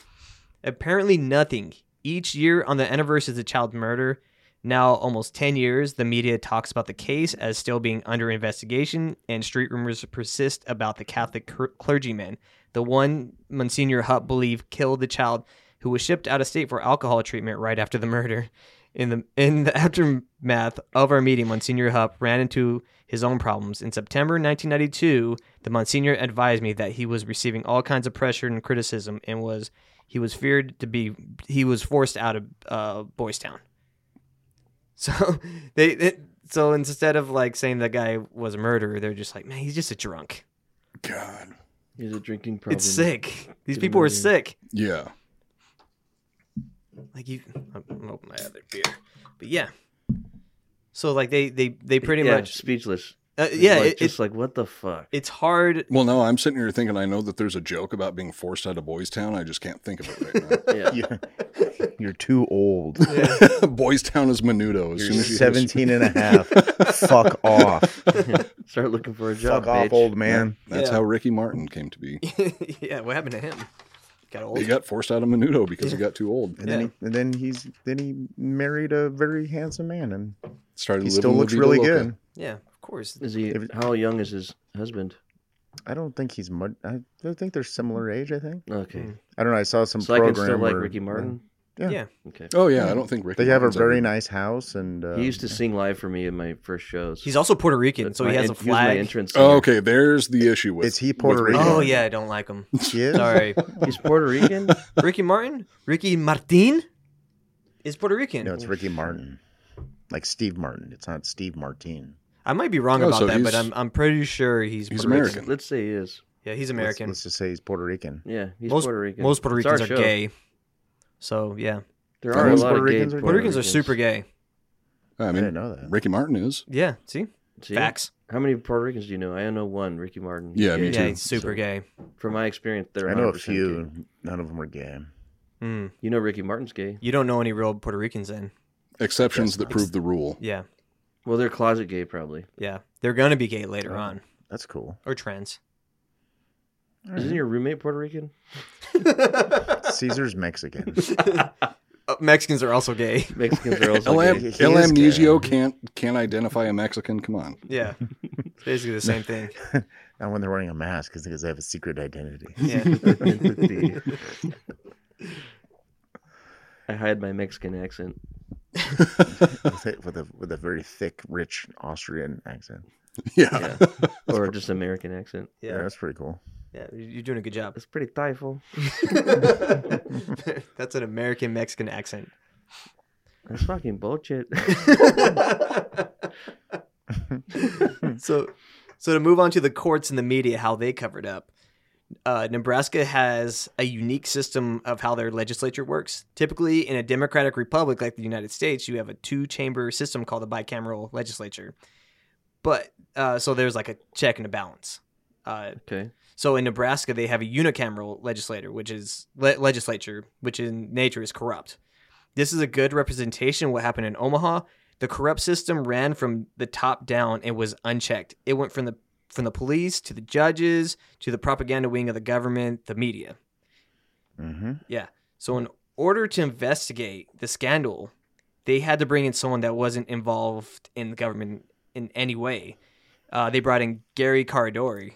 Speaker 2: Apparently, nothing. Each year on the anniversary of the child's murder, now almost 10 years, the media talks about the case as still being under investigation, and street rumors persist about the Catholic cr- clergyman, the one Monsignor Hupp believed killed the child who was shipped out of state for alcohol treatment right after the murder. In the in the [laughs] aftermath of our meeting, Monsignor Hupp ran into his own problems. In September 1992, the Monsignor advised me that he was receiving all kinds of pressure and criticism, and was he was feared to be he was forced out of uh, Boys Town. So [laughs] they, they so instead of like saying the guy was a murderer, they're just like, man, he's just a drunk.
Speaker 3: God.
Speaker 5: He's a drinking problem.
Speaker 2: It's sick. These
Speaker 5: Get him
Speaker 2: people
Speaker 5: out
Speaker 2: are
Speaker 5: of here.
Speaker 2: sick.
Speaker 3: Yeah.
Speaker 2: Like you, I'm I'm open my other beer, but yeah. So like they they they pretty
Speaker 5: Yeah,
Speaker 2: much
Speaker 5: speechless.
Speaker 2: uh, yeah
Speaker 5: like,
Speaker 2: it,
Speaker 5: just
Speaker 2: it,
Speaker 5: like what the fuck.
Speaker 2: it's hard. [laughs]
Speaker 3: Well, no, I'm sitting here thinking I know that there's a joke about being forced out of Boys Town. I just can't think of it
Speaker 4: [laughs]
Speaker 3: right
Speaker 5: Yeah,
Speaker 4: You're, you're too old.
Speaker 3: now. [laughs] Boys Town is Menudo. As
Speaker 4: You're
Speaker 3: soon as you
Speaker 4: 17 and a half. Fuck off.
Speaker 5: start looking for a job.
Speaker 4: Fuck off,
Speaker 5: bitch.
Speaker 4: old man.
Speaker 3: That's
Speaker 2: Yeah.
Speaker 3: how Ricky Martin came to
Speaker 4: [laughs]
Speaker 3: be.
Speaker 2: yeah, what happened to him? Got old.
Speaker 3: He got forced out of Menudo because he got too old.
Speaker 4: And, then he, and then he's then he married a very handsome man, and
Speaker 3: Started
Speaker 4: he
Speaker 3: living
Speaker 4: still
Speaker 3: La
Speaker 4: looks
Speaker 3: Vida
Speaker 4: really
Speaker 3: Loca.
Speaker 4: good.
Speaker 2: Yeah, of course.
Speaker 5: Is he?
Speaker 4: If-
Speaker 5: How young is his husband?
Speaker 4: I don't think he's much. I don't think they're similar age. I think
Speaker 5: Okay,
Speaker 2: Mm.
Speaker 4: I don't know. I saw some
Speaker 5: so I
Speaker 4: program
Speaker 5: can still like
Speaker 4: where-
Speaker 5: Ricky Martin.
Speaker 4: Yeah.
Speaker 2: Yeah.
Speaker 5: Okay.
Speaker 3: Oh yeah, I don't think Ricky.
Speaker 4: They have a
Speaker 3: Martin's
Speaker 4: very
Speaker 3: ever-
Speaker 4: nice house, and uh,
Speaker 5: He used to sing live for me in my first shows.
Speaker 2: He's also Puerto Rican,
Speaker 5: That's
Speaker 2: so he
Speaker 5: my
Speaker 2: has a
Speaker 5: en- was my
Speaker 2: flag.
Speaker 5: entrance.
Speaker 3: Oh,
Speaker 5: singer.
Speaker 3: okay, there's the issue with.
Speaker 4: uh, Is he Puerto
Speaker 3: with Ricky
Speaker 4: Rican?
Speaker 2: Oh
Speaker 3: Martin.
Speaker 2: yeah, I don't like him.
Speaker 4: He is?
Speaker 5: [laughs]
Speaker 2: Sorry,
Speaker 5: He's Puerto Rican.
Speaker 2: Ricky Martin. Ricky Martin is Puerto Rican.
Speaker 4: No, it's Ricky Martin, like Steve Martin. It's not Steve Martin.
Speaker 2: I might be wrong
Speaker 3: Oh,
Speaker 2: about
Speaker 3: so
Speaker 2: that, but
Speaker 3: he's-
Speaker 2: I'm I'm pretty sure he's
Speaker 3: he's
Speaker 2: Puerto
Speaker 3: American.
Speaker 2: Rican.
Speaker 5: Let's say he is.
Speaker 2: Yeah, he's
Speaker 4: Let's-
Speaker 2: American.
Speaker 4: Let's, just say he's Puerto Rican.
Speaker 5: Yeah, he's
Speaker 2: most
Speaker 5: Puerto Rican.
Speaker 2: most Puerto
Speaker 5: It's our
Speaker 2: Ricans are
Speaker 5: show.
Speaker 2: gay. So yeah,
Speaker 5: There
Speaker 3: Are
Speaker 5: are a
Speaker 3: most
Speaker 5: lot of
Speaker 4: Puerto
Speaker 5: gay
Speaker 4: Ricans are gay?
Speaker 5: Puerto,
Speaker 2: Puerto Ricans are super gay.
Speaker 3: I
Speaker 4: I didn't
Speaker 3: mean,
Speaker 4: know that.
Speaker 3: Ricky Martin is.
Speaker 2: Yeah, see
Speaker 5: See?
Speaker 2: facts.
Speaker 5: How many Puerto Ricans do you know? I know one, Ricky Martin.
Speaker 3: Yeah, me
Speaker 5: He's
Speaker 3: too.
Speaker 5: gay.
Speaker 2: Yeah, he's super
Speaker 5: So,
Speaker 2: gay.
Speaker 5: From my experience, there are
Speaker 4: I know a few. None of them are gay.
Speaker 2: Mm.
Speaker 5: You know, Ricky Martin's gay.
Speaker 2: You don't know any real Puerto Ricans then.
Speaker 3: Exceptions that prove the rule.
Speaker 2: Yeah,
Speaker 5: Well, they're closet gay, probably.
Speaker 2: yeah, they're gonna be gay later on
Speaker 4: That's [laughs] cool.
Speaker 2: or trans.
Speaker 5: Isn't your roommate Puerto Rican?
Speaker 4: Caesar's [laughs] Mexican.
Speaker 2: Uh, Mexicans are also gay. [laughs]
Speaker 5: Mexicans are also
Speaker 3: El, Oh, Am-
Speaker 5: gay.
Speaker 4: He
Speaker 3: El
Speaker 4: is gay.
Speaker 3: Amnesio can't can't identify a Mexican. Come on. [laughs]
Speaker 2: Yeah, it's basically the same thing.
Speaker 4: and when they're wearing a mask, it's because they have a secret identity. [laughs]
Speaker 2: Yeah.
Speaker 4: Identity.
Speaker 5: I hide my Mexican accent.
Speaker 4: with, a, with a with a very thick, rich Austrian accent.
Speaker 3: Yeah.
Speaker 5: Yeah. or just American accent.
Speaker 4: Yeah,
Speaker 2: Yeah,
Speaker 4: that's pretty cool.
Speaker 2: yeah, you- you're doing a good
Speaker 5: [laughs]
Speaker 2: job. [laughs]
Speaker 5: It's pretty typeful.
Speaker 2: That's an American Mexican accent.
Speaker 5: That's fucking bullshit.
Speaker 2: [laughs] so, so to move on to the courts and the media, how they covered up. Uh, Nebraska has a unique system of how their legislature works. Typically, in a democratic republic like the United States, you have a two-chamber system called a bicameral legislature. But uh, so there's like a check and a balance. Uh,
Speaker 5: [laughs] okay.
Speaker 2: so in Nebraska, they have a unicameral legislator, which is le- legislature, which in nature is corrupt. This is a good representation of what happened in Omaha. The corrupt system ran from the top down and was unchecked. It went from the from the police to the judges to the propaganda wing of the government, the media.
Speaker 4: Mm-hmm.
Speaker 2: Yeah. So in order to investigate the scandal, they had to bring in someone that wasn't involved in the government in any way. Uh, they brought in Gary Caridori.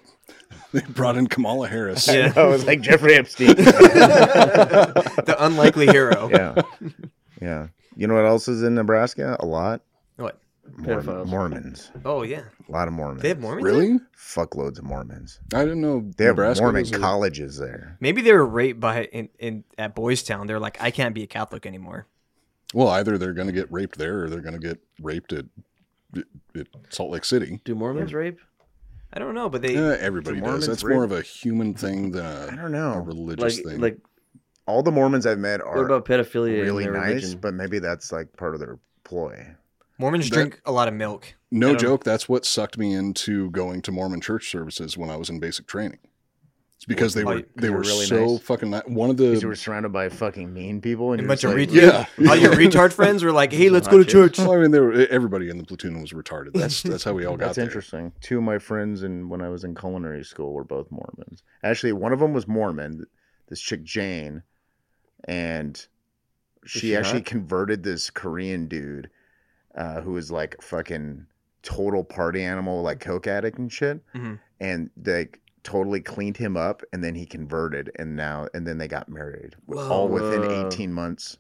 Speaker 3: They brought in Kamala Harris.
Speaker 2: Yeah.
Speaker 4: [laughs] I was like Jeffrey Epstein.
Speaker 2: the unlikely hero.
Speaker 4: [laughs] yeah, yeah. You know what else is in Nebraska? A lot.
Speaker 2: What?
Speaker 4: Mormon-
Speaker 5: Pedophiles.
Speaker 4: Mormons.
Speaker 2: Oh yeah,
Speaker 4: A lot of Mormons.
Speaker 2: they have Mormons. there?
Speaker 3: Really?
Speaker 4: Fuckloads of Mormons.
Speaker 3: I didn't know
Speaker 4: They have
Speaker 3: Nebraska
Speaker 4: Mormon
Speaker 3: was a-
Speaker 4: colleges there.
Speaker 2: Maybe they were raped by in, in at Boys Town. They're like, I can't be a Catholic anymore.
Speaker 3: Well, either they're going to get raped there or they're going to get raped at, at Salt Lake City.
Speaker 5: Do Mormons rape?
Speaker 2: I don't know, but they.
Speaker 3: Yeah, everybody
Speaker 4: Do
Speaker 3: does.
Speaker 4: Mormons
Speaker 3: That's
Speaker 4: rape?
Speaker 3: more of a human thing than
Speaker 4: I
Speaker 3: a,
Speaker 4: don't
Speaker 3: a
Speaker 4: know.
Speaker 5: Like,
Speaker 3: religious thing.
Speaker 5: like
Speaker 4: All the Mormons I've met
Speaker 5: what
Speaker 4: are
Speaker 5: about pedophilia
Speaker 4: really
Speaker 5: in their
Speaker 4: nice,
Speaker 5: religion?
Speaker 4: but maybe that's like part of their ploy.
Speaker 2: Mormons
Speaker 3: That-
Speaker 2: drink a lot of milk. I
Speaker 3: no
Speaker 2: don't-
Speaker 3: joke, that's what sucked me into going to Mormon church services when I was in basic training. It's because they
Speaker 2: Why?
Speaker 3: were
Speaker 2: 'Cause
Speaker 3: they
Speaker 4: they
Speaker 3: were
Speaker 4: were really
Speaker 3: so
Speaker 4: nice?
Speaker 3: fucking ni- one of
Speaker 4: Because you were
Speaker 3: the
Speaker 4: surrounded by fucking mean people and
Speaker 2: A
Speaker 4: you're
Speaker 2: bunch
Speaker 4: just
Speaker 2: of
Speaker 4: like,
Speaker 2: retweets.
Speaker 3: [laughs] yeah.
Speaker 2: All your
Speaker 3: [laughs]
Speaker 2: retard friends were like, "Hey, let's go to church."
Speaker 3: Well, I mean, they were, e, everybody in the platoon was
Speaker 2: [laughs]
Speaker 3: retarded. That's that's how we all got
Speaker 4: That's
Speaker 3: there.
Speaker 4: interesting. Two of my friends, and when I was in culinary school, were both Mormons. Actually, one of them was Mormon. This chick Jane, and she,
Speaker 5: she
Speaker 4: actually
Speaker 5: hot?
Speaker 4: converted this Korean dude, uh, who was like fucking total party animal, like coke addict and shit,
Speaker 2: Mhm.
Speaker 4: and they totally cleaned him up, and then he converted, and now and then they got married,
Speaker 2: Oh, Whoa.
Speaker 4: all within
Speaker 5: Whoa.
Speaker 4: eighteen months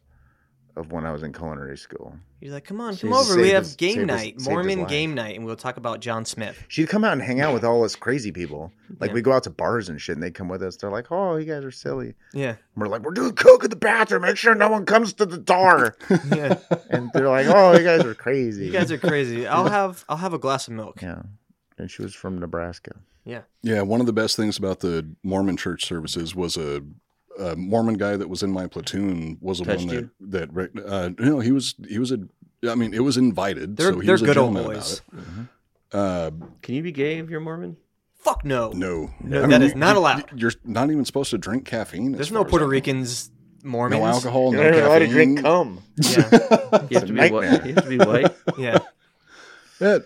Speaker 4: of when I was in culinary school.
Speaker 2: You're like, "Come on,
Speaker 5: Saved
Speaker 2: come
Speaker 5: his-
Speaker 2: over. We
Speaker 4: saved
Speaker 2: have
Speaker 4: his-
Speaker 2: game
Speaker 4: saved his-
Speaker 2: night,
Speaker 4: saved his
Speaker 2: Mormon
Speaker 4: life.
Speaker 2: game night, and we'll talk about John Smith."
Speaker 4: She'd come out and hang out
Speaker 2: [laughs]
Speaker 4: with all us crazy people. Like
Speaker 2: Yeah.
Speaker 4: we go out to bars and shit, and they come with us. They're like, "Oh, you guys are silly." And
Speaker 2: Yeah,
Speaker 4: we're like, "We're doing coke in the bathroom. Make sure no one comes to the door."
Speaker 3: [laughs]
Speaker 2: yeah.
Speaker 4: and they're like, "Oh, you guys are crazy."
Speaker 2: you guys are
Speaker 3: [laughs]
Speaker 2: crazy. I'll have I'll have a glass of milk.
Speaker 4: yeah. And she was from Nebraska.
Speaker 3: Yeah, one of the best things about the Mormon church services was a, a Mormon guy that was in my platoon was the
Speaker 5: Touched
Speaker 3: one that
Speaker 5: you?
Speaker 3: that rec- uh, no he was he was a I mean it was invited
Speaker 2: They're
Speaker 3: so he
Speaker 2: they're
Speaker 3: was a
Speaker 2: good old
Speaker 3: gentleman
Speaker 2: boys.
Speaker 3: about it.
Speaker 5: Can you be gay if you're Mormon?
Speaker 2: Fuck no.
Speaker 3: Uh, no,
Speaker 2: No,
Speaker 3: I mean,
Speaker 2: that is
Speaker 3: you-
Speaker 2: not
Speaker 3: you-
Speaker 2: allowed.
Speaker 3: You're not even supposed to drink caffeine. as
Speaker 2: There's
Speaker 3: far
Speaker 2: no
Speaker 3: as
Speaker 2: Puerto
Speaker 3: I know.
Speaker 2: Ricans, Mormons.
Speaker 3: no alcohol, no
Speaker 4: You're not allowed to
Speaker 3: caffeine.
Speaker 4: drink cum.
Speaker 2: [laughs]
Speaker 3: [laughs]
Speaker 2: Yeah,
Speaker 5: You have to be
Speaker 4: Um, nightmare.
Speaker 5: white. You have to
Speaker 4: [laughs]
Speaker 5: be white.
Speaker 2: yeah.
Speaker 3: That,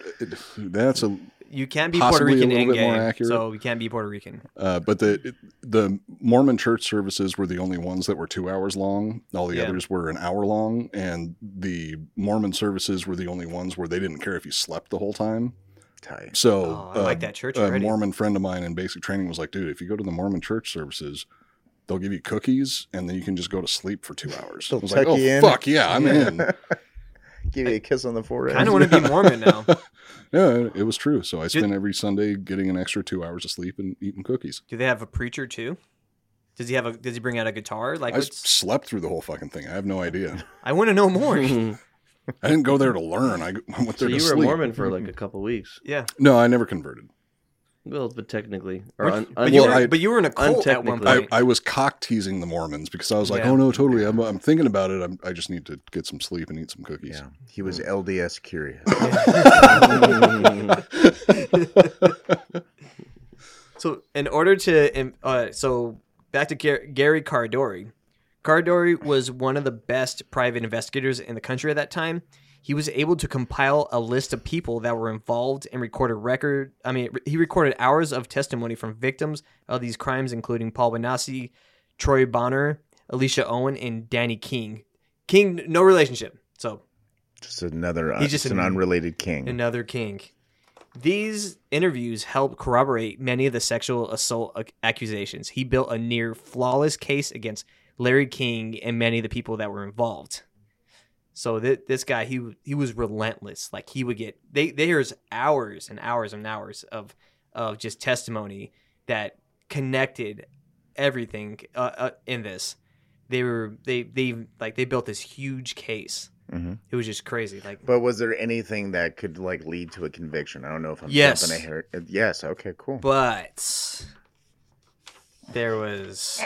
Speaker 3: that's a
Speaker 2: You can't be
Speaker 3: Possibly a
Speaker 2: Puerto Rican
Speaker 3: little
Speaker 2: and
Speaker 3: bit more
Speaker 2: gay,
Speaker 3: accurate.
Speaker 2: so you can't be Puerto Rican.
Speaker 3: Uh, but the the Mormon church services were the only ones that were two hours long. All the
Speaker 2: Yeah.
Speaker 3: others were an hour long, and the Mormon services were the only ones where they didn't care if you slept the whole time.
Speaker 4: Tight.
Speaker 3: So um,
Speaker 2: Oh, I like that church
Speaker 3: A
Speaker 2: already.
Speaker 3: uh, Mormon friend of mine in basic training was like, "Dude, if you go to the Mormon church services." They'll give you cookies, and then you can just go to sleep for two hours. I
Speaker 4: They'll
Speaker 3: was like,
Speaker 4: tuck
Speaker 3: "Oh
Speaker 4: you in."
Speaker 3: fuck yeah, I'm in."
Speaker 4: Give you a kiss on the forehead.
Speaker 2: Kind of want to be Mormon
Speaker 3: [laughs]
Speaker 2: now.
Speaker 3: Yeah, it was true. So I spent every Sunday getting an extra two hours of sleep and eating cookies.
Speaker 2: Do they have a preacher too? Does he have a? Does he bring out a guitar? Like,
Speaker 3: I s-
Speaker 2: what's,
Speaker 3: slept through the whole fucking thing. I have no idea.
Speaker 2: I want to know
Speaker 3: [laughs]
Speaker 2: more.
Speaker 3: I didn't go there to learn. I, [laughs] g- I went
Speaker 5: [laughs] so
Speaker 3: there to
Speaker 5: you were a
Speaker 3: sleep.
Speaker 5: Mormon for
Speaker 4: [laughs]
Speaker 5: like a couple weeks.
Speaker 2: yeah,
Speaker 3: No, I never converted.
Speaker 5: Well, but technically, or
Speaker 2: Which-
Speaker 5: un, un,
Speaker 2: but, you
Speaker 3: well,
Speaker 2: were,
Speaker 3: I-
Speaker 2: but you were in a cult at one
Speaker 5: untechnically.
Speaker 2: point.
Speaker 3: I, I was cock teasing the Mormons because I was like,
Speaker 2: Yeah.
Speaker 3: oh no, totally. I'm, I'm thinking about it. I'm, I just need to get some sleep and eat some cookies.
Speaker 4: Yeah. He
Speaker 2: Mm.
Speaker 4: was LDS
Speaker 2: [laughs]
Speaker 4: curious.
Speaker 2: So, in order to, um, uh, so back to Gar- Gary Cardori. Cardori was one of the best private investigators in the country at that time. He was able to compile a list of people that were involved and recorded record. I mean, he recorded hours of testimony from victims of these crimes, including Paul Benassi, Troy Bonner, Alicia Owen, and Danny King. King, no relationship. So
Speaker 4: just another.
Speaker 2: He's
Speaker 4: He's
Speaker 2: just
Speaker 4: just an,
Speaker 2: an-
Speaker 4: unrelated king.
Speaker 2: another king. These interviews helped corroborate many of the sexual assault ac- accusations. He built a near flawless case against Larry King and many of the people that were involved. So th- this guy, he w- he was relentless. Like he would get they there's hours and hours and hours of of just testimony that connected everything uh, uh, in this. They were they they like they built this huge case.
Speaker 4: Mhm.
Speaker 2: It was just crazy. Like
Speaker 4: But was there anything that could like lead to a conviction? I don't know if I'm
Speaker 2: Yes.
Speaker 4: jumping ahead. Yes. Okay. Cool.
Speaker 2: but there was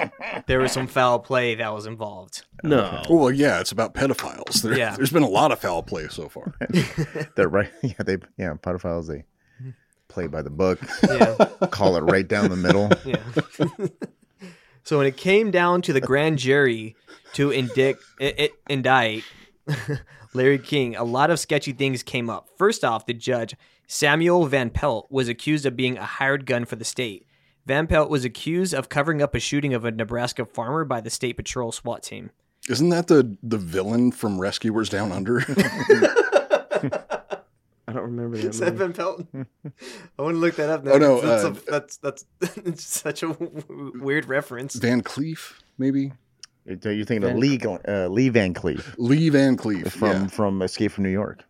Speaker 2: there was some foul play that was involved.
Speaker 5: [laughs] no.
Speaker 3: Oh, well, yeah, it's about pedophiles. There,
Speaker 2: Yeah.
Speaker 3: There's been a lot of foul play so far.
Speaker 5: [laughs]
Speaker 4: They're right. [laughs] Yeah, they yeah, pedophiles they
Speaker 3: Mm-hmm.
Speaker 4: play by the book,
Speaker 2: Yeah,
Speaker 4: [laughs] call it right down
Speaker 3: [laughs]
Speaker 4: the middle.
Speaker 2: yeah. so when it came down to the grand jury to indict, i i- indict [laughs] Larry King, a lot of sketchy things came up. First off, the judge, Samuel Van Pelt, was accused of being a hired gun for the state. Van Pelt was accused of covering up a shooting of a Nebraska farmer by the state patrol SWAT team.
Speaker 3: Isn't that the the villain from Rescuers Down
Speaker 5: [laughs]
Speaker 3: Under?
Speaker 5: I don't
Speaker 2: [laughs]
Speaker 5: remember
Speaker 2: Is
Speaker 5: that.
Speaker 2: that Van
Speaker 5: Movie.
Speaker 2: Pelt?
Speaker 4: [laughs]
Speaker 2: I want to look that up now.
Speaker 3: Oh, no,
Speaker 2: That's,
Speaker 3: uh,
Speaker 2: a- that's, that's, [laughs] it's such a w- w- weird reference.
Speaker 3: Van Cleef, maybe
Speaker 4: You're thinking of
Speaker 2: Van-
Speaker 4: Lee, Gal- uh, Lee Van Cleef
Speaker 3: Lee Van Cleef
Speaker 4: from
Speaker 3: yeah.
Speaker 4: from Escape from New York.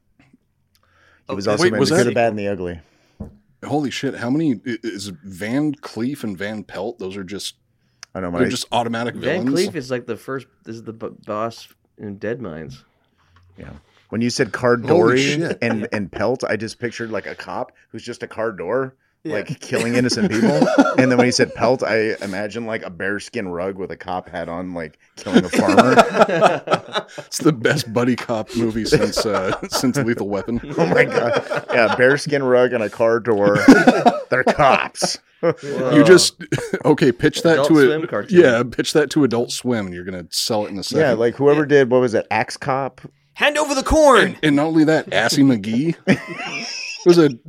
Speaker 4: He was
Speaker 2: Okay.
Speaker 4: also
Speaker 3: Wait,
Speaker 4: in
Speaker 3: was
Speaker 4: the
Speaker 3: that-
Speaker 4: good, the bad, and the ugly.
Speaker 3: Holy shit! How many i- is Van Cleef and Van Pelt? Those are just
Speaker 4: I don't know.
Speaker 3: they're
Speaker 4: When I,
Speaker 3: just automatic
Speaker 5: Van
Speaker 3: villains.
Speaker 5: Cleef is like the first. This is the b- boss in Dead
Speaker 4: [laughs]
Speaker 5: Mines.
Speaker 4: when you said car
Speaker 3: Holy
Speaker 4: dory
Speaker 3: shit.
Speaker 4: and and pelt, I just pictured like a cop who's just a car door,
Speaker 2: Yeah.
Speaker 4: like killing innocent people. and then when
Speaker 3: [laughs]
Speaker 4: he said pelt, I imagine like a bearskin rug with a cop hat on, like killing a farmer.
Speaker 3: It's the best buddy cop movie since uh, since Lethal
Speaker 5: [laughs]
Speaker 3: Weapon.
Speaker 4: [laughs] oh my god! Yeah, bearskin rug and a car [laughs] door. They're cops.
Speaker 3: You just [laughs] okay. Pitch that
Speaker 5: Uh, Adult
Speaker 3: to a
Speaker 5: Swim cartoon.
Speaker 3: yeah. Pitch that to Adult Swim, and you're gonna sell it in a second.
Speaker 4: Yeah, like whoever did what was it, Axe Cop?
Speaker 2: Hand over the corn!
Speaker 3: and not only that, Assy McGee [laughs] was a an,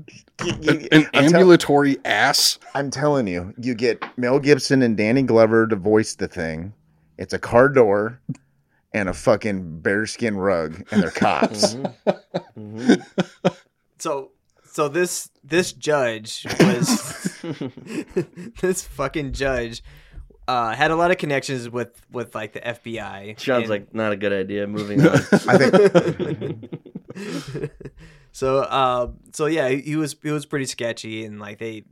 Speaker 3: an
Speaker 4: I'm tell-
Speaker 3: ambulatory ass.
Speaker 4: I'm telling you, you get Mel Gibson and Danny Glover to voice the thing. It's a car door and a fucking bearskin rug, and they're [laughs] cops.
Speaker 2: So so this this judge
Speaker 4: [laughs]
Speaker 2: was [laughs] this fucking judge uh, had a lot of connections with with like the FBI.
Speaker 5: Sean's
Speaker 2: And
Speaker 5: like, not a good idea. Moving on.
Speaker 4: [laughs] I think
Speaker 2: [laughs] so uh, so yeah, he he was he was pretty sketchy and like they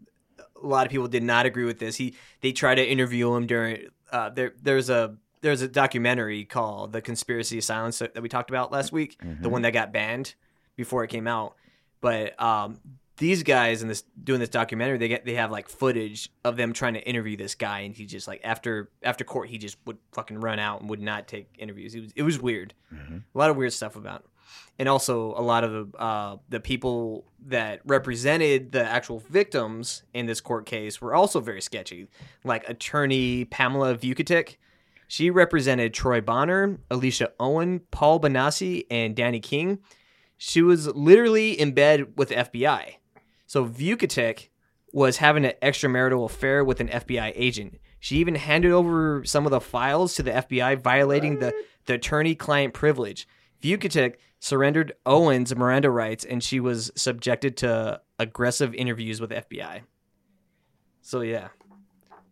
Speaker 2: a lot of people did not agree with this. He they tried to interview him during uh, there there's a there's a documentary called The Conspiracy of Silence that we talked about last week, the one that got banned before it came out. But um, these guys in this doing this documentary, they get they have like footage of them trying to interview this guy, and he just like after after court, he just would fucking run out and would not take interviews. It was it was weird,
Speaker 4: Mm-hmm.
Speaker 2: a lot of weird stuff about. Him. And also, a lot of the uh, the people that represented the actual victims in this court case were also very sketchy. Like attorney Pamela Vukatic, she represented Troy Bonner, Alicia Owen, Paul Benassi, and Danny King. She was literally in bed with the FBI. So Vukatic was having an extramarital affair with an FBI agent. She even handed over some of the files to the FBI, violating the, the attorney client privilege. Vukatic surrendered Owen's Miranda rights and she was subjected to aggressive interviews with the FBI. So, yeah.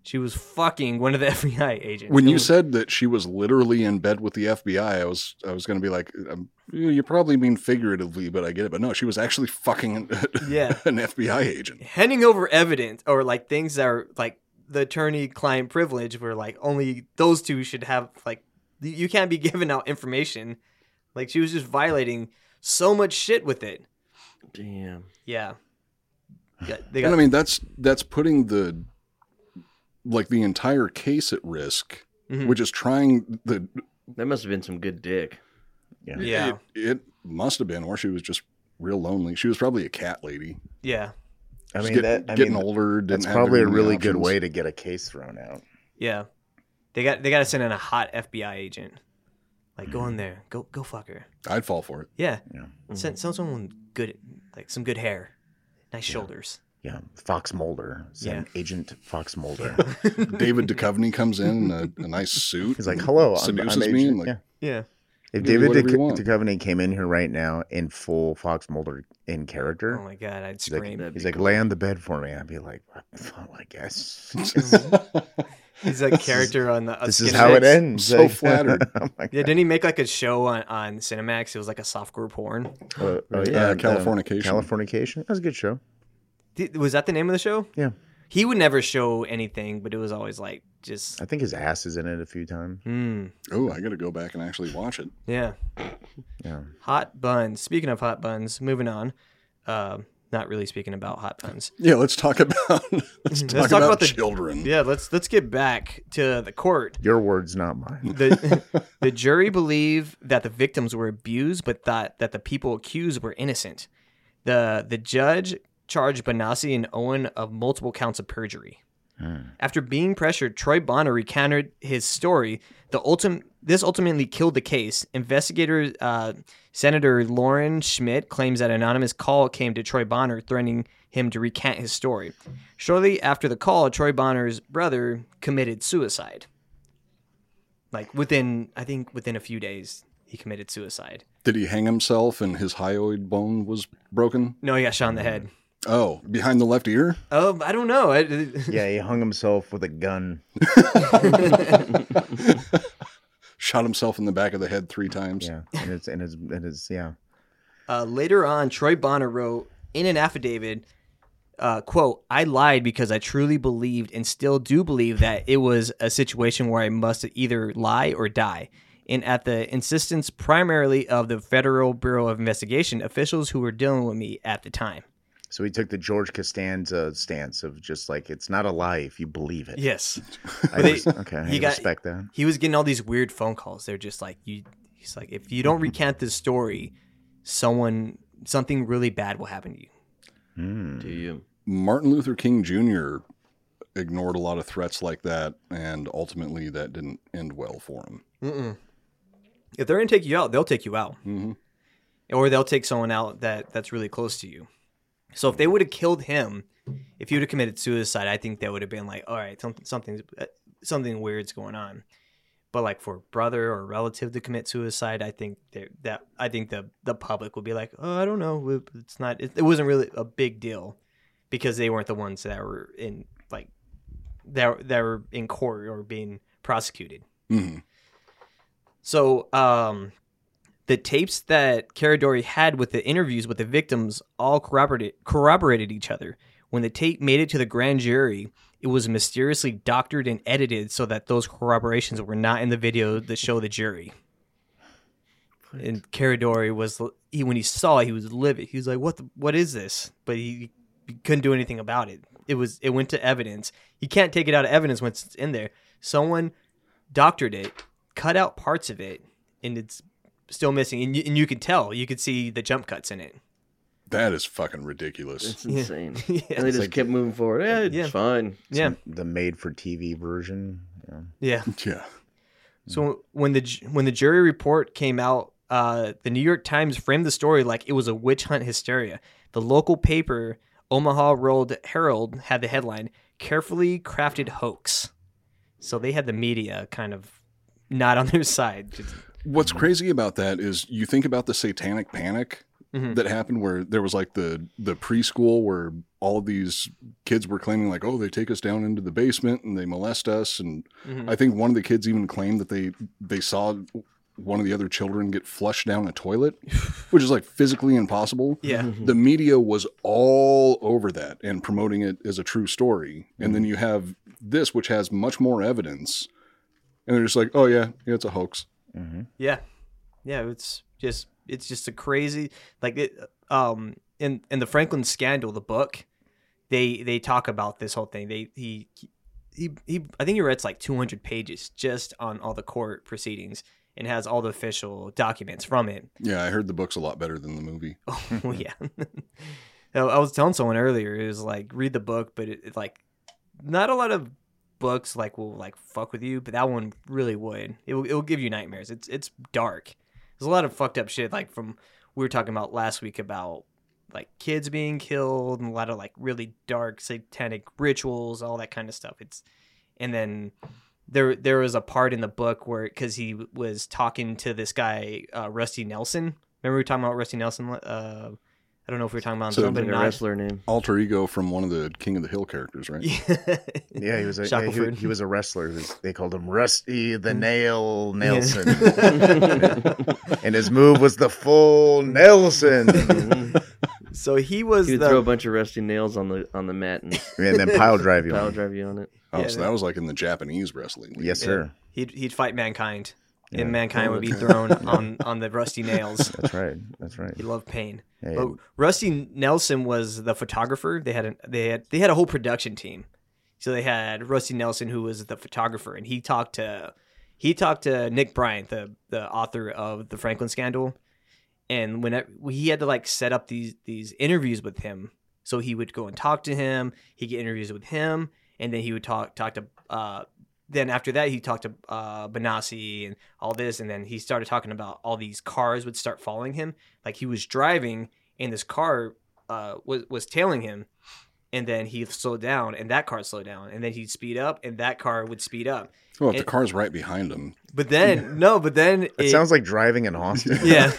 Speaker 2: She was fucking one of the [laughs] FBI agents.
Speaker 3: When
Speaker 2: It
Speaker 3: you
Speaker 2: was-
Speaker 3: said that she was literally in bed with the FBI, I was I was gonna be like, um, you you probably mean figuratively, but I get it. But no, she was actually fucking [laughs] an,
Speaker 2: Yeah.
Speaker 3: an FBI agent.
Speaker 2: handing over evidence or like things that are like the attorney client privilege where like only those two should have like you- you can't be [laughs] giving out information like she was just violating so much shit with it
Speaker 5: [laughs] Damn.
Speaker 2: yeah Got- they
Speaker 3: And I
Speaker 2: got
Speaker 3: mean that's that's putting the like the entire case at risk,
Speaker 2: Mhm.
Speaker 3: which is trying the
Speaker 5: That must have been some good dick.
Speaker 2: yeah
Speaker 3: It, it must have been, or she was just real lonely. She was probably a cat lady.
Speaker 2: yeah
Speaker 4: I
Speaker 3: Just
Speaker 4: mean
Speaker 3: get-
Speaker 4: that. I
Speaker 3: getting
Speaker 4: mean,
Speaker 3: older. Didn't
Speaker 4: that's
Speaker 3: have
Speaker 4: probably
Speaker 3: very
Speaker 4: a
Speaker 3: many
Speaker 4: really good
Speaker 3: options.
Speaker 4: way to get a case thrown out.
Speaker 2: yeah they got they got to send in a hot fbi agent like go
Speaker 4: Mm.
Speaker 2: in there go go fuck her
Speaker 3: I'd fall for it.
Speaker 2: yeah,
Speaker 4: Yeah.
Speaker 2: send, send someone good like some good hair nice shoulders
Speaker 4: Yeah, Fox Mulder, Send Agent Fox [laughs] Mulder.
Speaker 3: David Duchovny comes in in a, a nice suit. [laughs]
Speaker 4: He's like, [laughs] "Hello, I'm,
Speaker 3: seduces
Speaker 4: I'm
Speaker 3: me.
Speaker 4: Agent."
Speaker 3: and like,
Speaker 4: yeah.
Speaker 2: yeah
Speaker 4: If
Speaker 3: do
Speaker 4: David
Speaker 3: whatever you
Speaker 4: Duch-
Speaker 3: want.
Speaker 4: Duchovny came in here right now in full Fox Mulder in character,
Speaker 2: oh my god i'd
Speaker 4: like
Speaker 2: scream
Speaker 5: That'd be
Speaker 4: he's like,
Speaker 5: cool.
Speaker 4: "Lay on the bed for me." I'd be like, "Well, "I guess."
Speaker 3: Uh,
Speaker 2: he's
Speaker 4: [laughs]
Speaker 2: like character on the on
Speaker 4: this is
Speaker 2: Skinner.
Speaker 4: how it ends.
Speaker 3: so flattered.
Speaker 4: [laughs] I'm like,
Speaker 2: Yeah, didn't he make like a show on, on Cinemax? It was like a softcore porn.
Speaker 4: uh, oh,
Speaker 3: Uh,
Speaker 4: the
Speaker 3: Californication.
Speaker 4: Californication. That was a good show.
Speaker 2: Did, was that the name of the show?
Speaker 4: Yeah.
Speaker 2: He would never show anything, but it was always like just
Speaker 4: I think his ass is in it a few times.
Speaker 2: mm,
Speaker 3: oh, I got to go back and actually watch it.
Speaker 2: yeah.
Speaker 4: Yeah.
Speaker 2: Hot buns. Speaking of hot buns, moving on. Um, not really speaking about hot buns.
Speaker 3: Yeah, let's talk about [laughs] let's talk,
Speaker 2: talk
Speaker 3: about,
Speaker 2: about the-
Speaker 3: children.
Speaker 2: Yeah, let's let's get back to the court.
Speaker 4: Your words, not
Speaker 3: Mm.
Speaker 4: mine.
Speaker 2: The the jury believed that the victims were abused, but thought that the people accused were innocent. The the judge charged Benassi and Owen of multiple counts of perjury. After being pressured, Troy Bonner recounted his story. The ultim- this ultimately killed the case. Investigator uh, Senator Lauren Schmidt claims that an anonymous call came to Troy Bonner threatening him to recant his story. Shortly after the call, Troy Bonner's brother committed suicide. Like within, I think within a few days, he committed suicide.
Speaker 3: Did he hang himself and his hyoid bone was broken?
Speaker 2: No, he got shot in the head.
Speaker 3: Oh, behind the left ear?
Speaker 2: Oh, I don't know. I, [laughs]
Speaker 4: Yeah, he hung himself with
Speaker 3: [laughs]
Speaker 4: a gun.
Speaker 3: Shot himself in the back of the head three times.
Speaker 4: Yeah, and it's and it's and it's yeah.
Speaker 2: Uh, later on, Troy Bonner wrote in an affidavit, uh, "quote I lied because I truly believed and still do believe that it was a situation where I must either lie or die." And at the insistence primarily of the Federal Bureau of Investigation officials who were dealing with me at the time.
Speaker 4: So he took the George Costanza stance of just like it's not a lie if you believe it.
Speaker 2: Yes,
Speaker 4: I
Speaker 2: they-
Speaker 4: res- okay, I
Speaker 2: he got-
Speaker 4: respect that.
Speaker 2: he was getting all these weird phone calls. They're just like, "You," he's like, "If you don't recant this story, someone something really bad will happen to you."
Speaker 5: Do you?
Speaker 3: Martin Luther King Jr. ignored a lot of threats like that, and ultimately that didn't end well for him.
Speaker 2: If they're gonna take you out, they'll take you out.
Speaker 3: Mhm.
Speaker 2: Or they'll take someone out that that's really close to you. So if they would have killed him, if he would have committed suicide, I think that would have been like, all right, something something's uh, something weird's going on. But like for a brother or a relative to commit suicide, I think that that I think the the public would be like, oh, I don't know, it's not, it, it wasn't really a big deal because they weren't the ones that were in like that that were in court or being prosecuted.
Speaker 3: hmm
Speaker 2: So, um, the tapes that Caradori had with the interviews with the victims all corroborated corroborated each other. When the tape made it to the grand jury, it was mysteriously doctored and edited so that those corroborations were not in the video to show the jury. And Caradori was he when he saw it, he was livid. He was like, "What? The, what is this?" But he, he couldn't do anything about it. It was it went to evidence. You can't take it out of evidence once it's in there. Someone doctored it, cut out parts of it, and it's still missing. And you, and you could tell, you could see the jump cuts in it. [laughs]
Speaker 3: That is fucking ridiculous.
Speaker 5: It's insane.
Speaker 2: Yeah.
Speaker 5: And they just kept moving forward. Yeah, it's
Speaker 2: Yeah.
Speaker 5: fine.
Speaker 2: Yeah,
Speaker 4: The made for TV version. Yeah.
Speaker 2: yeah.
Speaker 3: [laughs] Yeah.
Speaker 2: So when the ju- when the jury report came out, uh, the New York Times framed the story like it was a witch hunt hysteria. The local paper, Omaha Road Herald, had the headline "Carefully Crafted Hoax." So they had the media kind of not on their [laughs] side. Just-
Speaker 3: What's crazy about that is you think about the satanic panic
Speaker 2: Mhm.
Speaker 3: that happened where there was like the the preschool where all of these kids were claiming like oh they take us down into the basement and they molest us and
Speaker 2: Mhm.
Speaker 3: I think one of the kids even claimed that they they saw one of the other children get flushed down a toilet which is like physically impossible.
Speaker 2: Yeah.
Speaker 3: The media was all over that and promoting it as a true story. And
Speaker 2: Mm-hmm.
Speaker 3: then you have this which has much more evidence and they're just like oh yeah, yeah it's a hoax.
Speaker 4: Mm-hmm.
Speaker 2: Yeah, yeah. It's just it's just a crazy like it, um in in the Franklin scandal, the book, they they talk about this whole thing. They he he he. I think he writes like two hundred pages just on all the court proceedings and has all the official documents from it. [laughs]
Speaker 3: Yeah, I heard the book's a lot better than the movie.
Speaker 2: well, yeah. [laughs] I I was telling someone earlier is like read the book, but it, it, like not a lot of books like will like fuck with you, but that one really would. It will it'll give you nightmares. It's it's dark. There's a lot of fucked up shit like from we were talking about last week about like kids being killed and a lot of like really dark satanic rituals, all that kind of stuff. It's and then there there was a part in the book where because he was talking to this guy uh, Rusty Nelson. Remember we were talking about Rusty Nelson? Uh, I don't know if we were talking about him,
Speaker 3: So
Speaker 2: but
Speaker 5: Like a
Speaker 2: not. [laughs]
Speaker 5: wrestler name.
Speaker 3: alter ego from one of the King of the Hill characters, right?
Speaker 2: [laughs]
Speaker 4: Yeah, he was a yeah, he,
Speaker 2: Shackelford.
Speaker 4: he was a wrestler. He was- they called him Rusty
Speaker 2: Mm-hmm.
Speaker 4: the Nail Nelson,
Speaker 2: [laughs]
Speaker 4: and his move was the
Speaker 2: [laughs]
Speaker 4: full Nelson. and
Speaker 2: so he was
Speaker 5: He would
Speaker 2: the
Speaker 5: throw a bunch of rusty nails on the on the
Speaker 3: [laughs]
Speaker 5: mat and
Speaker 4: then pile drive you.
Speaker 5: power
Speaker 4: on.
Speaker 5: drive you on it.
Speaker 3: Oh,
Speaker 2: Yeah,
Speaker 3: so
Speaker 2: that-
Speaker 3: that was like in the Japanese wrestling. league.
Speaker 4: Yes, sir.
Speaker 2: he'd he'd fight mankind, and mankind would be thrown on on the Rusty
Speaker 5: [laughs]
Speaker 2: Nails.
Speaker 4: That's right.
Speaker 2: [laughs]
Speaker 4: That's right.
Speaker 2: He loved pain.
Speaker 4: Hey.
Speaker 2: But Rusty Nelson was the photographer. They had an, they had they had a whole production team. So they had Rusty Nelson, who was the photographer, and he talked to he talked to Nick Bryant, the the author of the Franklin Scandal, and when he had to like set up these these interviews with him, so he would go and talk to him. He get interviews with him, and then he would talk talk to. Uh, then after that, he talked to uh, Benassi and all this, and then he started talking about all these cars would start following him. Like he was driving, and this car uh, was was tailing him, and then he slowed down, and that car slowed down, and then he'd speed up, and that car would speed up.
Speaker 3: Well, if
Speaker 2: It-
Speaker 3: the car's right behind him,
Speaker 2: But then no, but then
Speaker 4: It sounds like driving in Austin.
Speaker 2: [laughs] [laughs]
Speaker 3: [laughs]
Speaker 2: yeah.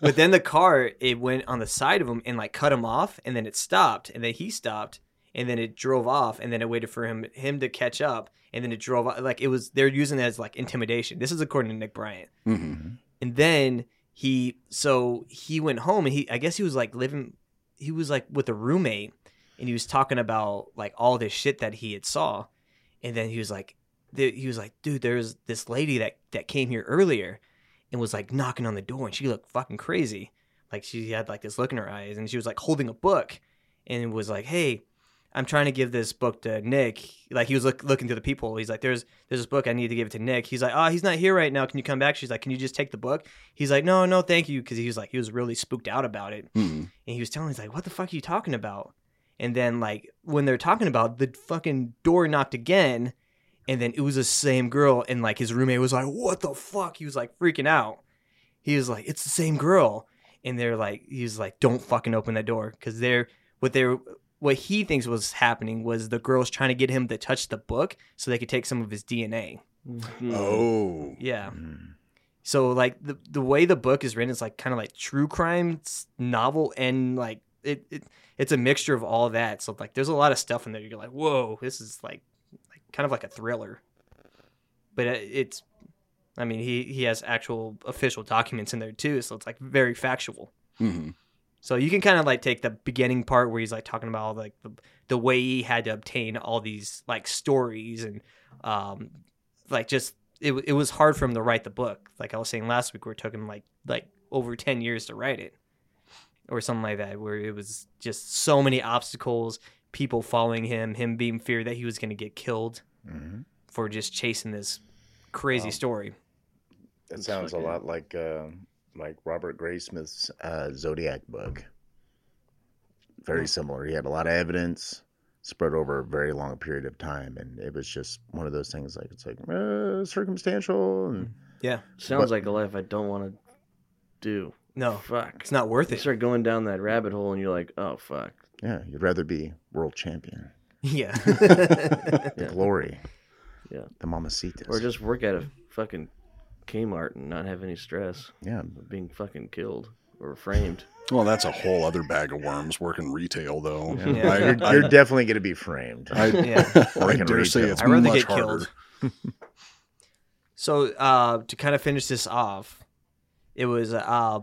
Speaker 2: But then the car it went on the side of him and like cut him off, and then it stopped, and then he stopped, and then it drove off, and then it waited for him him to catch up, and then it drove off. Like it was they're using it as like intimidation. This is according to Nick Bryant.
Speaker 3: Mhm.
Speaker 2: And then he so he went home, and he I guess he was like living, he was like with a roommate, and he was talking about like all this shit that he had saw, and then he was like. the- He was like, dude, there's this lady that, that came here earlier and was like knocking on the door and she looked fucking crazy like she had like this look in her eyes and she was like holding a book and was like hey i'm trying to give this book to nick like he was look, looking to the people he's like there's there's this book i need to give it to nick he's like oh he's not here right now can you come back she's like can you just take the book he's like no no thank you because he was like he was really spooked out about it
Speaker 3: Mhm.
Speaker 2: and he was telling he's like what the fuck are you talking about and then like when they're talking about the fucking door knocked again and then it was the same girl and like his roommate was like what the fuck he was like freaking out he was like it's the same girl and they're like he was like don't fucking open that door because they're what they're what he thinks was happening was the girls trying to get him to touch the book so they could take some of his dna
Speaker 5: Mm-hmm.
Speaker 3: oh,
Speaker 2: yeah
Speaker 4: Mm.
Speaker 2: so like the the way the book is written is like kind of like true crime s- novel and like it, it it's a mixture of all that. So like there's a lot of stuff in there. You're like, whoa, this is like, like kind of like a thriller. But it- it's, I mean, he he has actual official documents in there too, so it's like very factual.
Speaker 3: Mhm.
Speaker 2: So you can kind of like take the beginning part where he's like talking about all like the, the way he had to obtain all these like stories and um like just it w- it was hard for him to write the book. Like I was saying last week, where it took him like like over ten years to write it, or something like that, where it was just so many obstacles, people following him, him being feared that he was going to get killed
Speaker 4: Mhm.
Speaker 2: for just chasing this crazy
Speaker 4: Wow.
Speaker 2: story.
Speaker 4: That
Speaker 5: It's
Speaker 4: sounds a
Speaker 5: fucking-
Speaker 4: lot like uh, like Robert Graysmith's uh, Zodiac book. Very similar. He had a lot of evidence spread over a very long period of time, and it was just one of those things. Like it's like uh, circumstantial,
Speaker 5: Mm.
Speaker 4: and
Speaker 5: Sounds
Speaker 4: But-
Speaker 5: like a life I don't want to do.
Speaker 2: No,
Speaker 5: fuck.
Speaker 2: it's not worth
Speaker 5: You
Speaker 2: it.
Speaker 5: start going down that rabbit hole, and you're like, oh fuck.
Speaker 4: yeah, you'd rather be world
Speaker 5: [laughs]
Speaker 4: champion,
Speaker 2: [laughs] Yeah,
Speaker 4: the
Speaker 5: Yeah.
Speaker 4: glory,
Speaker 5: Yeah.
Speaker 4: the mamacitas,
Speaker 5: Or just work at a fucking Kmart and not have any stress [laughs]
Speaker 4: yeah,
Speaker 5: of being fucking killed or framed.
Speaker 3: well, that's a whole other bag of worms working retail, though.
Speaker 5: Yeah.
Speaker 2: [laughs] Yeah.
Speaker 3: I,
Speaker 4: you're,
Speaker 3: I-
Speaker 4: you're definitely gonna be framed.
Speaker 3: I,
Speaker 2: Yeah.
Speaker 3: [laughs] I
Speaker 4: Working
Speaker 3: dare say
Speaker 4: retail.
Speaker 3: it's
Speaker 2: I'd rather
Speaker 3: much
Speaker 2: get
Speaker 3: harder.
Speaker 2: killed.
Speaker 3: [laughs]
Speaker 2: So uh, to kind of finish this off, it was uh,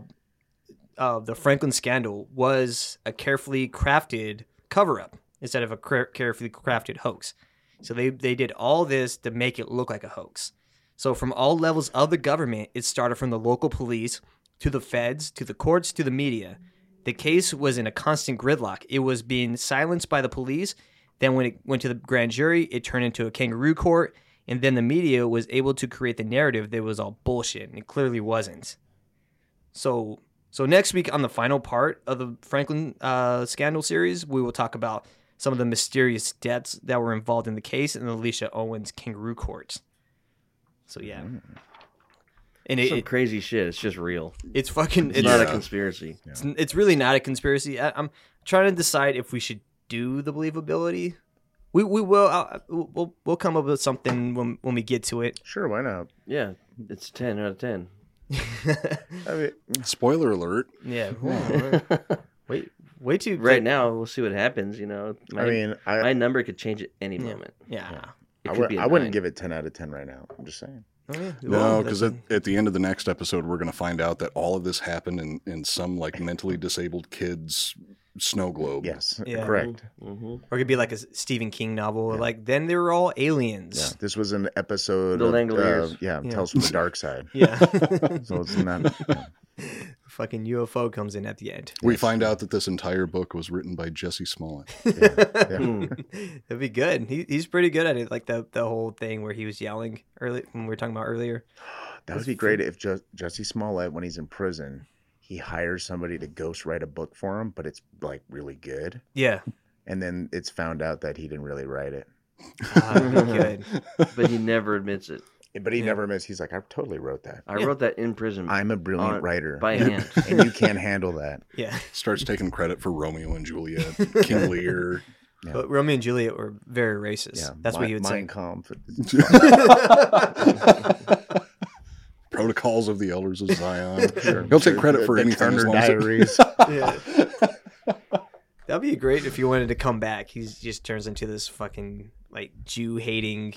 Speaker 2: uh, the Franklin scandal was a carefully crafted cover up instead of a care- carefully crafted hoax. So they they did all this to make it look like a hoax. So from all levels of the government, it started from the local police to the feds to the courts to the media. The case was in a constant gridlock. It was being silenced by the police. Then when it went to the grand jury, it turned into a kangaroo court. And then the media was able to create the narrative that it was all bullshit, and it clearly wasn't. So, so next week on the final part of the Franklin uh, scandal series, we will talk about some of the mysterious deaths that were involved in the case and Alicia Owens' kangaroo court. So yeah,
Speaker 5: Mm.
Speaker 2: and it,
Speaker 5: Some
Speaker 2: it-
Speaker 5: crazy shit. It's just real.
Speaker 2: it's fucking
Speaker 5: It's
Speaker 2: it's
Speaker 5: not a
Speaker 3: Yeah.
Speaker 5: conspiracy.
Speaker 2: it's, it's really not a conspiracy. I, I'm trying to decide if we should do the believability. We we will i we'll we'll come up with something when when we get [laughs] to it.
Speaker 4: Sure, why not?
Speaker 5: Yeah, it's ten out of ten.
Speaker 4: I mean,
Speaker 3: Spoiler alert.
Speaker 2: yeah. wait wait too
Speaker 5: Right now, we'll see what happens. You know,
Speaker 4: I
Speaker 5: my,
Speaker 4: mean, I
Speaker 5: my number could change at any moment.
Speaker 2: Yeah.
Speaker 5: It
Speaker 4: I,
Speaker 5: could
Speaker 4: would,
Speaker 5: be a
Speaker 4: I wouldn't
Speaker 5: nine.
Speaker 4: give it ten out of ten right now. I'm just saying.
Speaker 2: Oh, yeah.
Speaker 3: No, because at, at the end of the next episode, we're going to find out that all of this happened in, in some like mentally disabled kid's snow globe.
Speaker 4: Yes,
Speaker 2: Yeah.
Speaker 4: correct.
Speaker 5: Mhm.
Speaker 4: [laughs]
Speaker 2: or it could be like a Stephen King novel. Like then they were all
Speaker 4: Yeah,
Speaker 2: aliens.
Speaker 4: this was an episode.
Speaker 5: The
Speaker 4: of,
Speaker 5: Langoliers.
Speaker 4: uh, yeah,
Speaker 2: Yeah.
Speaker 4: Tales from the Dark Side.
Speaker 2: Yeah.
Speaker 4: So it's not.
Speaker 2: [laughs] Fucking UFO comes in at the end.
Speaker 3: We find out that this entire book was written by Jesse Smollett.
Speaker 5: Hmm.
Speaker 2: [laughs] That'd be good. He, he's pretty good at it. Like the the whole thing where he was yelling early when we were talking about earlier.
Speaker 4: That would be great if Ju- Jesse Smollett, when he's in prison, he hires somebody to ghost write a book for him, but it's like really good,
Speaker 2: Yeah.
Speaker 4: and then it's found out that he didn't really write it.
Speaker 2: Ah, that'd be good.
Speaker 5: but he never admits it.
Speaker 4: But he
Speaker 2: Yeah.
Speaker 4: never admits he's like, I totally wrote that.
Speaker 5: I
Speaker 2: Yeah.
Speaker 5: wrote that in prison.
Speaker 4: I'm a brilliant
Speaker 5: On-
Speaker 4: writer. [laughs]
Speaker 5: by hand.
Speaker 4: and you can't handle that.
Speaker 2: Yeah.
Speaker 3: Starts taking credit for Romeo and Juliet,
Speaker 4: [laughs]
Speaker 3: King Lear.
Speaker 4: Yeah.
Speaker 2: But Romeo and Juliet were very racist.
Speaker 4: Yeah,
Speaker 2: That's what he would
Speaker 4: Mein
Speaker 2: say.
Speaker 4: Kampf.
Speaker 3: [laughs] Protocols of the Elders of Zion. He'll take credit for
Speaker 4: The
Speaker 3: anything as
Speaker 4: Turner
Speaker 3: long as it-
Speaker 4: Diaries.
Speaker 2: Yeah. [laughs] That'd be great if you wanted to come back. He just turns into this fucking like Jew hating.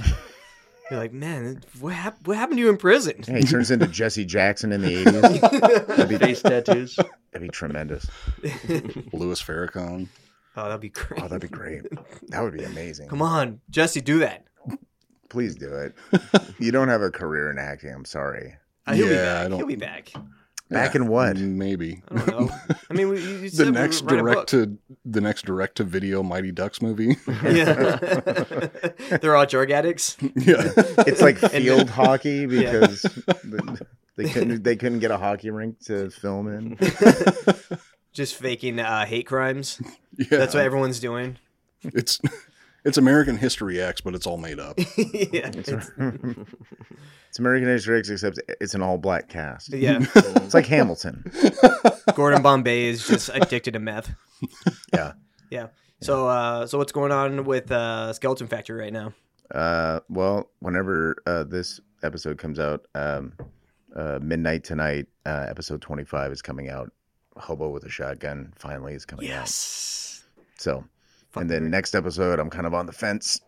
Speaker 2: You're like, man, what hap- what happened to you in prison?
Speaker 4: Yeah, he turns into Jesse Jackson in the 80s. That'd be, [laughs]
Speaker 5: Face tattoos.
Speaker 4: that'd be tremendous.
Speaker 3: [laughs] Louis Farrakhan.
Speaker 2: Oh, that'd be great.
Speaker 4: Oh, that'd be great. That would be amazing.
Speaker 2: Come on, Jesse, do that.
Speaker 4: Please do it.
Speaker 2: [laughs]
Speaker 4: You don't have a career in acting. I'm sorry.
Speaker 2: Uh, he'll
Speaker 3: Yeah, I
Speaker 2: be back.
Speaker 3: don't-
Speaker 2: He'll be back.
Speaker 4: Back in what?
Speaker 3: Maybe.
Speaker 2: I don't know. I mean, we, you- you said
Speaker 3: the
Speaker 2: we
Speaker 3: next
Speaker 2: would write a
Speaker 3: direct
Speaker 2: book.
Speaker 3: to the next direct to video Mighty Ducks
Speaker 4: [laughs]
Speaker 3: movie. [laughs]
Speaker 2: [laughs] Yeah. They're all drug addicts.
Speaker 3: yeah.
Speaker 4: It's like field hockey
Speaker 2: [laughs] Yeah. [laughs]
Speaker 4: because the- they couldn't they couldn't get a hockey rink to film in.
Speaker 2: Just faking uh, hate crimes.
Speaker 3: yeah.
Speaker 2: That's what everyone's doing. [laughs]
Speaker 3: it's it's American History X, but it's all made
Speaker 5: [laughs]
Speaker 3: up.
Speaker 2: yeah. It's-
Speaker 4: It's American History X, except it's an all black cast.
Speaker 2: yeah.
Speaker 4: [laughs] It's like Hamilton.
Speaker 2: Gordon Bombay is just addicted to meth.
Speaker 4: [laughs] Yeah.
Speaker 2: Yeah. So, uh, so what's going on with uh, Skeleton Factory right now?
Speaker 4: Uh, well, whenever uh, this episode comes out, um, uh, midnight tonight, uh, episode twenty five is coming out. Hobo with a shotgun finally is coming out.
Speaker 2: Yes.
Speaker 4: So, Oh, and then next episode, I'm kind of on the fence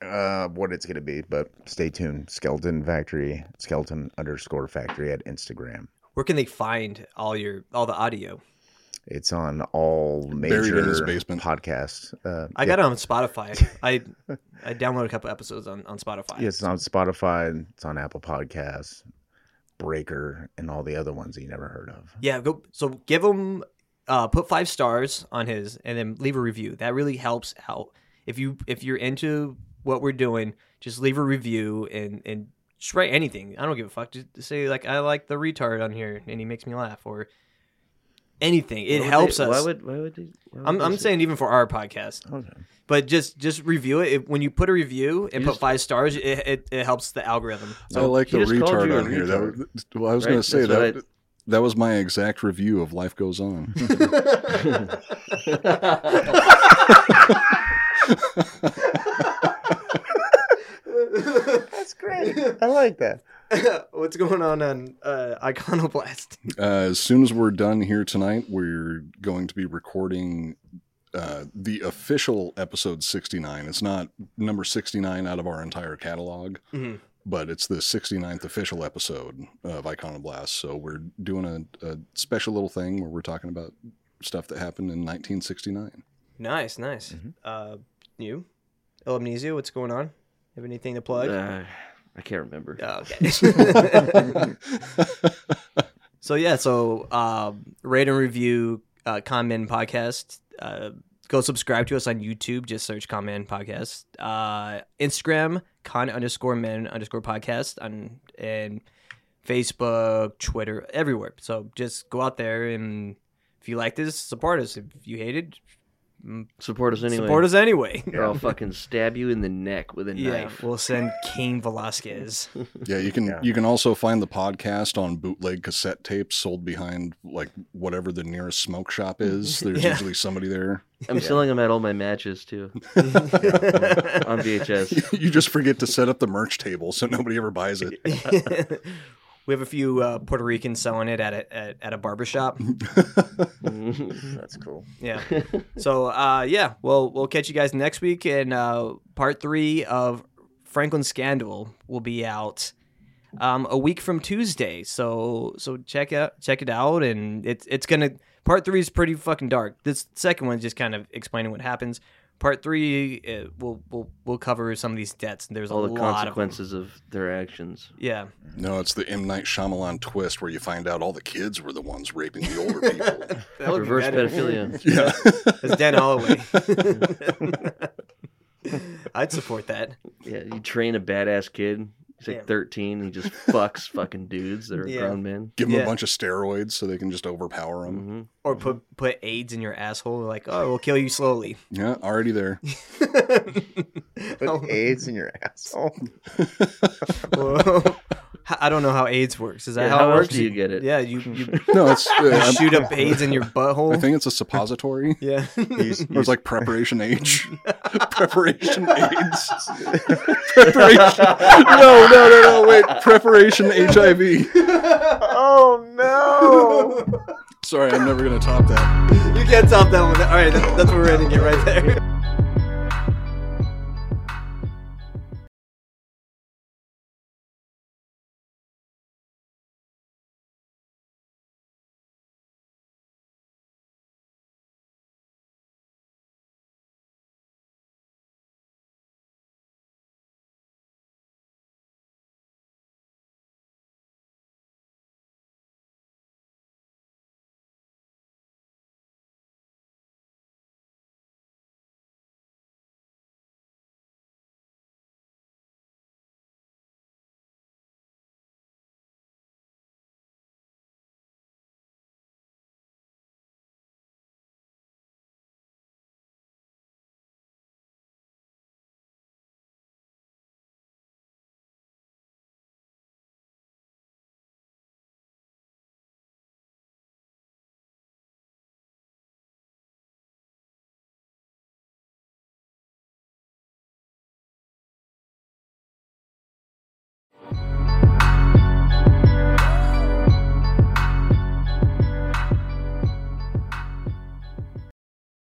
Speaker 4: uh what it's gonna be but stay tuned skeleton factory skeleton underscore factory at instagram
Speaker 2: Where can they find all your all the audio?
Speaker 4: it's on all major
Speaker 3: Buried in his basement.
Speaker 4: podcasts uh
Speaker 2: I
Speaker 4: yeah,
Speaker 2: got it on Spotify.
Speaker 4: [laughs]
Speaker 2: I I downloaded a couple episodes on on Spotify.
Speaker 4: yeah, it's on spotify and it's on apple podcasts breaker and all the other ones that you never heard of
Speaker 2: Yeah, go. So give him, uh, put five stars on his, and then leave a review. That really helps out. If you if you're into what we're doing, just leave a review and and just write anything. I don't give a fuck. Just say like I like the retard on here, and he makes me laugh, or anything. It
Speaker 5: Why would they-
Speaker 2: helps us.
Speaker 5: Why would? Why would? They, why would
Speaker 2: I'm
Speaker 5: they
Speaker 2: I'm
Speaker 5: say-
Speaker 2: saying even for our podcast,
Speaker 4: okay
Speaker 2: but just just review it. If, when you put a review and
Speaker 5: You
Speaker 2: put
Speaker 5: just-
Speaker 2: five stars, it, it it helps the
Speaker 5: [laughs]
Speaker 2: algorithm. [laughs]
Speaker 3: I like
Speaker 5: he
Speaker 3: the
Speaker 5: just called you
Speaker 3: retard
Speaker 5: a
Speaker 3: on here. That,
Speaker 5: retard.
Speaker 3: was- well, I was
Speaker 5: Right,
Speaker 3: going to say
Speaker 5: that's what
Speaker 3: that that was my exact review of Life Goes
Speaker 5: [laughs]
Speaker 3: On.
Speaker 4: that's great [laughs] i like that
Speaker 2: [laughs] What's going on on uh, Iconoblast?
Speaker 3: uh, as soon as we're done here tonight, we're going to be recording uh, the official episode 69. It's not number 69 out of our entire catalog,
Speaker 2: Mhm.
Speaker 3: but it's the 69th official episode of Iconoblast. So we're doing a, a special little thing where we're talking about stuff that happened in 1969.
Speaker 2: Nice, nice. Uh, you, El Amnesia, what's going on? Have anything to plug?
Speaker 5: Uh, I can't remember.
Speaker 2: Oh,
Speaker 3: [laughs]
Speaker 2: okay. [laughs] so yeah, so um, rate and review uh, comment podcast. Uh, go subscribe to us on YouTube. Just search comment podcast. Uh, Instagram con underscore men underscore podcast on and Facebook, Twitter, everywhere. So just go out there and if you like this, support us. If you hate it,
Speaker 5: Support us anyway.
Speaker 2: support us anyway.
Speaker 5: Or I'll fucking stab you in the neck with
Speaker 2: [laughs]
Speaker 5: a
Speaker 2: Yeah, [laughs]
Speaker 5: knife.
Speaker 2: we'll send Cain Velasquez. [laughs]
Speaker 3: Yeah, you can you can also find the podcast on bootleg cassette tapes sold behind like whatever the nearest smoke shop is. There's
Speaker 2: Yeah.
Speaker 3: usually somebody there.
Speaker 5: I'm selling them at all my
Speaker 2: [laughs]
Speaker 5: matches too on VHS.
Speaker 3: [laughs] you just forget to set up the merch table so nobody ever buys it.
Speaker 2: we have a few uh, Puerto Ricans selling it at a at, at a barbershop.
Speaker 5: Mm-hmm.
Speaker 4: that's cool
Speaker 5: [laughs]
Speaker 2: Yeah. So uh, yeah, well we'll catch you guys next week, and uh, part three of Franklin Scandal will be out um, a week from Tuesday. So so check out check it out, and it's it's gonna part three is pretty fucking dark. This second one's just kind of explaining what happens. Part three, uh, we'll we'll we'll cover some of these deaths. And there's
Speaker 5: All
Speaker 2: a
Speaker 5: the
Speaker 2: lot of them.
Speaker 5: consequences of their actions.
Speaker 2: Yeah.
Speaker 3: No, it's the M Night Shyamalan twist where you find out all the kids were the ones raping the older people.
Speaker 5: Reverse pedophilia.
Speaker 3: yeah.
Speaker 2: It's Dan Holloway. [laughs] I'd support that.
Speaker 5: Yeah, you train a badass kid He's like
Speaker 2: Yeah.
Speaker 5: 13.
Speaker 2: [laughs]
Speaker 5: He just fucks fucking dudes that are
Speaker 2: Yeah.
Speaker 5: grown men.
Speaker 3: Give them
Speaker 2: Yeah.
Speaker 3: a bunch of steroids so they can just overpower them.
Speaker 5: hmm
Speaker 2: Or put put AIDS in your asshole. Like, oh, we'll kill you slowly. [laughs]
Speaker 3: Yeah, already there.
Speaker 4: Put
Speaker 2: Oh,
Speaker 4: AIDS in your asshole.
Speaker 2: whoa. I don't know how AIDS works. Is that
Speaker 5: Yeah,
Speaker 2: how,
Speaker 5: how
Speaker 2: it
Speaker 5: else
Speaker 2: works?
Speaker 5: do you get it?
Speaker 2: Yeah, you,
Speaker 5: [laughs]
Speaker 2: you
Speaker 3: No, it's. Uh,
Speaker 2: shoot up AIDS in your
Speaker 3: I
Speaker 2: butthole.
Speaker 3: think it's a suppository.
Speaker 2: Yeah. [laughs]
Speaker 4: He's,
Speaker 3: Or it's
Speaker 4: he's,
Speaker 3: like preparation age. [laughs] preparation AIDS. preparation. [laughs] No, no, no, no. Wait. Preparation HIV.
Speaker 4: oh
Speaker 2: [laughs]
Speaker 4: no!
Speaker 3: Sorry, I'm never going to top that.
Speaker 2: you can't top that one. All right, that, that's what we're ending it right there.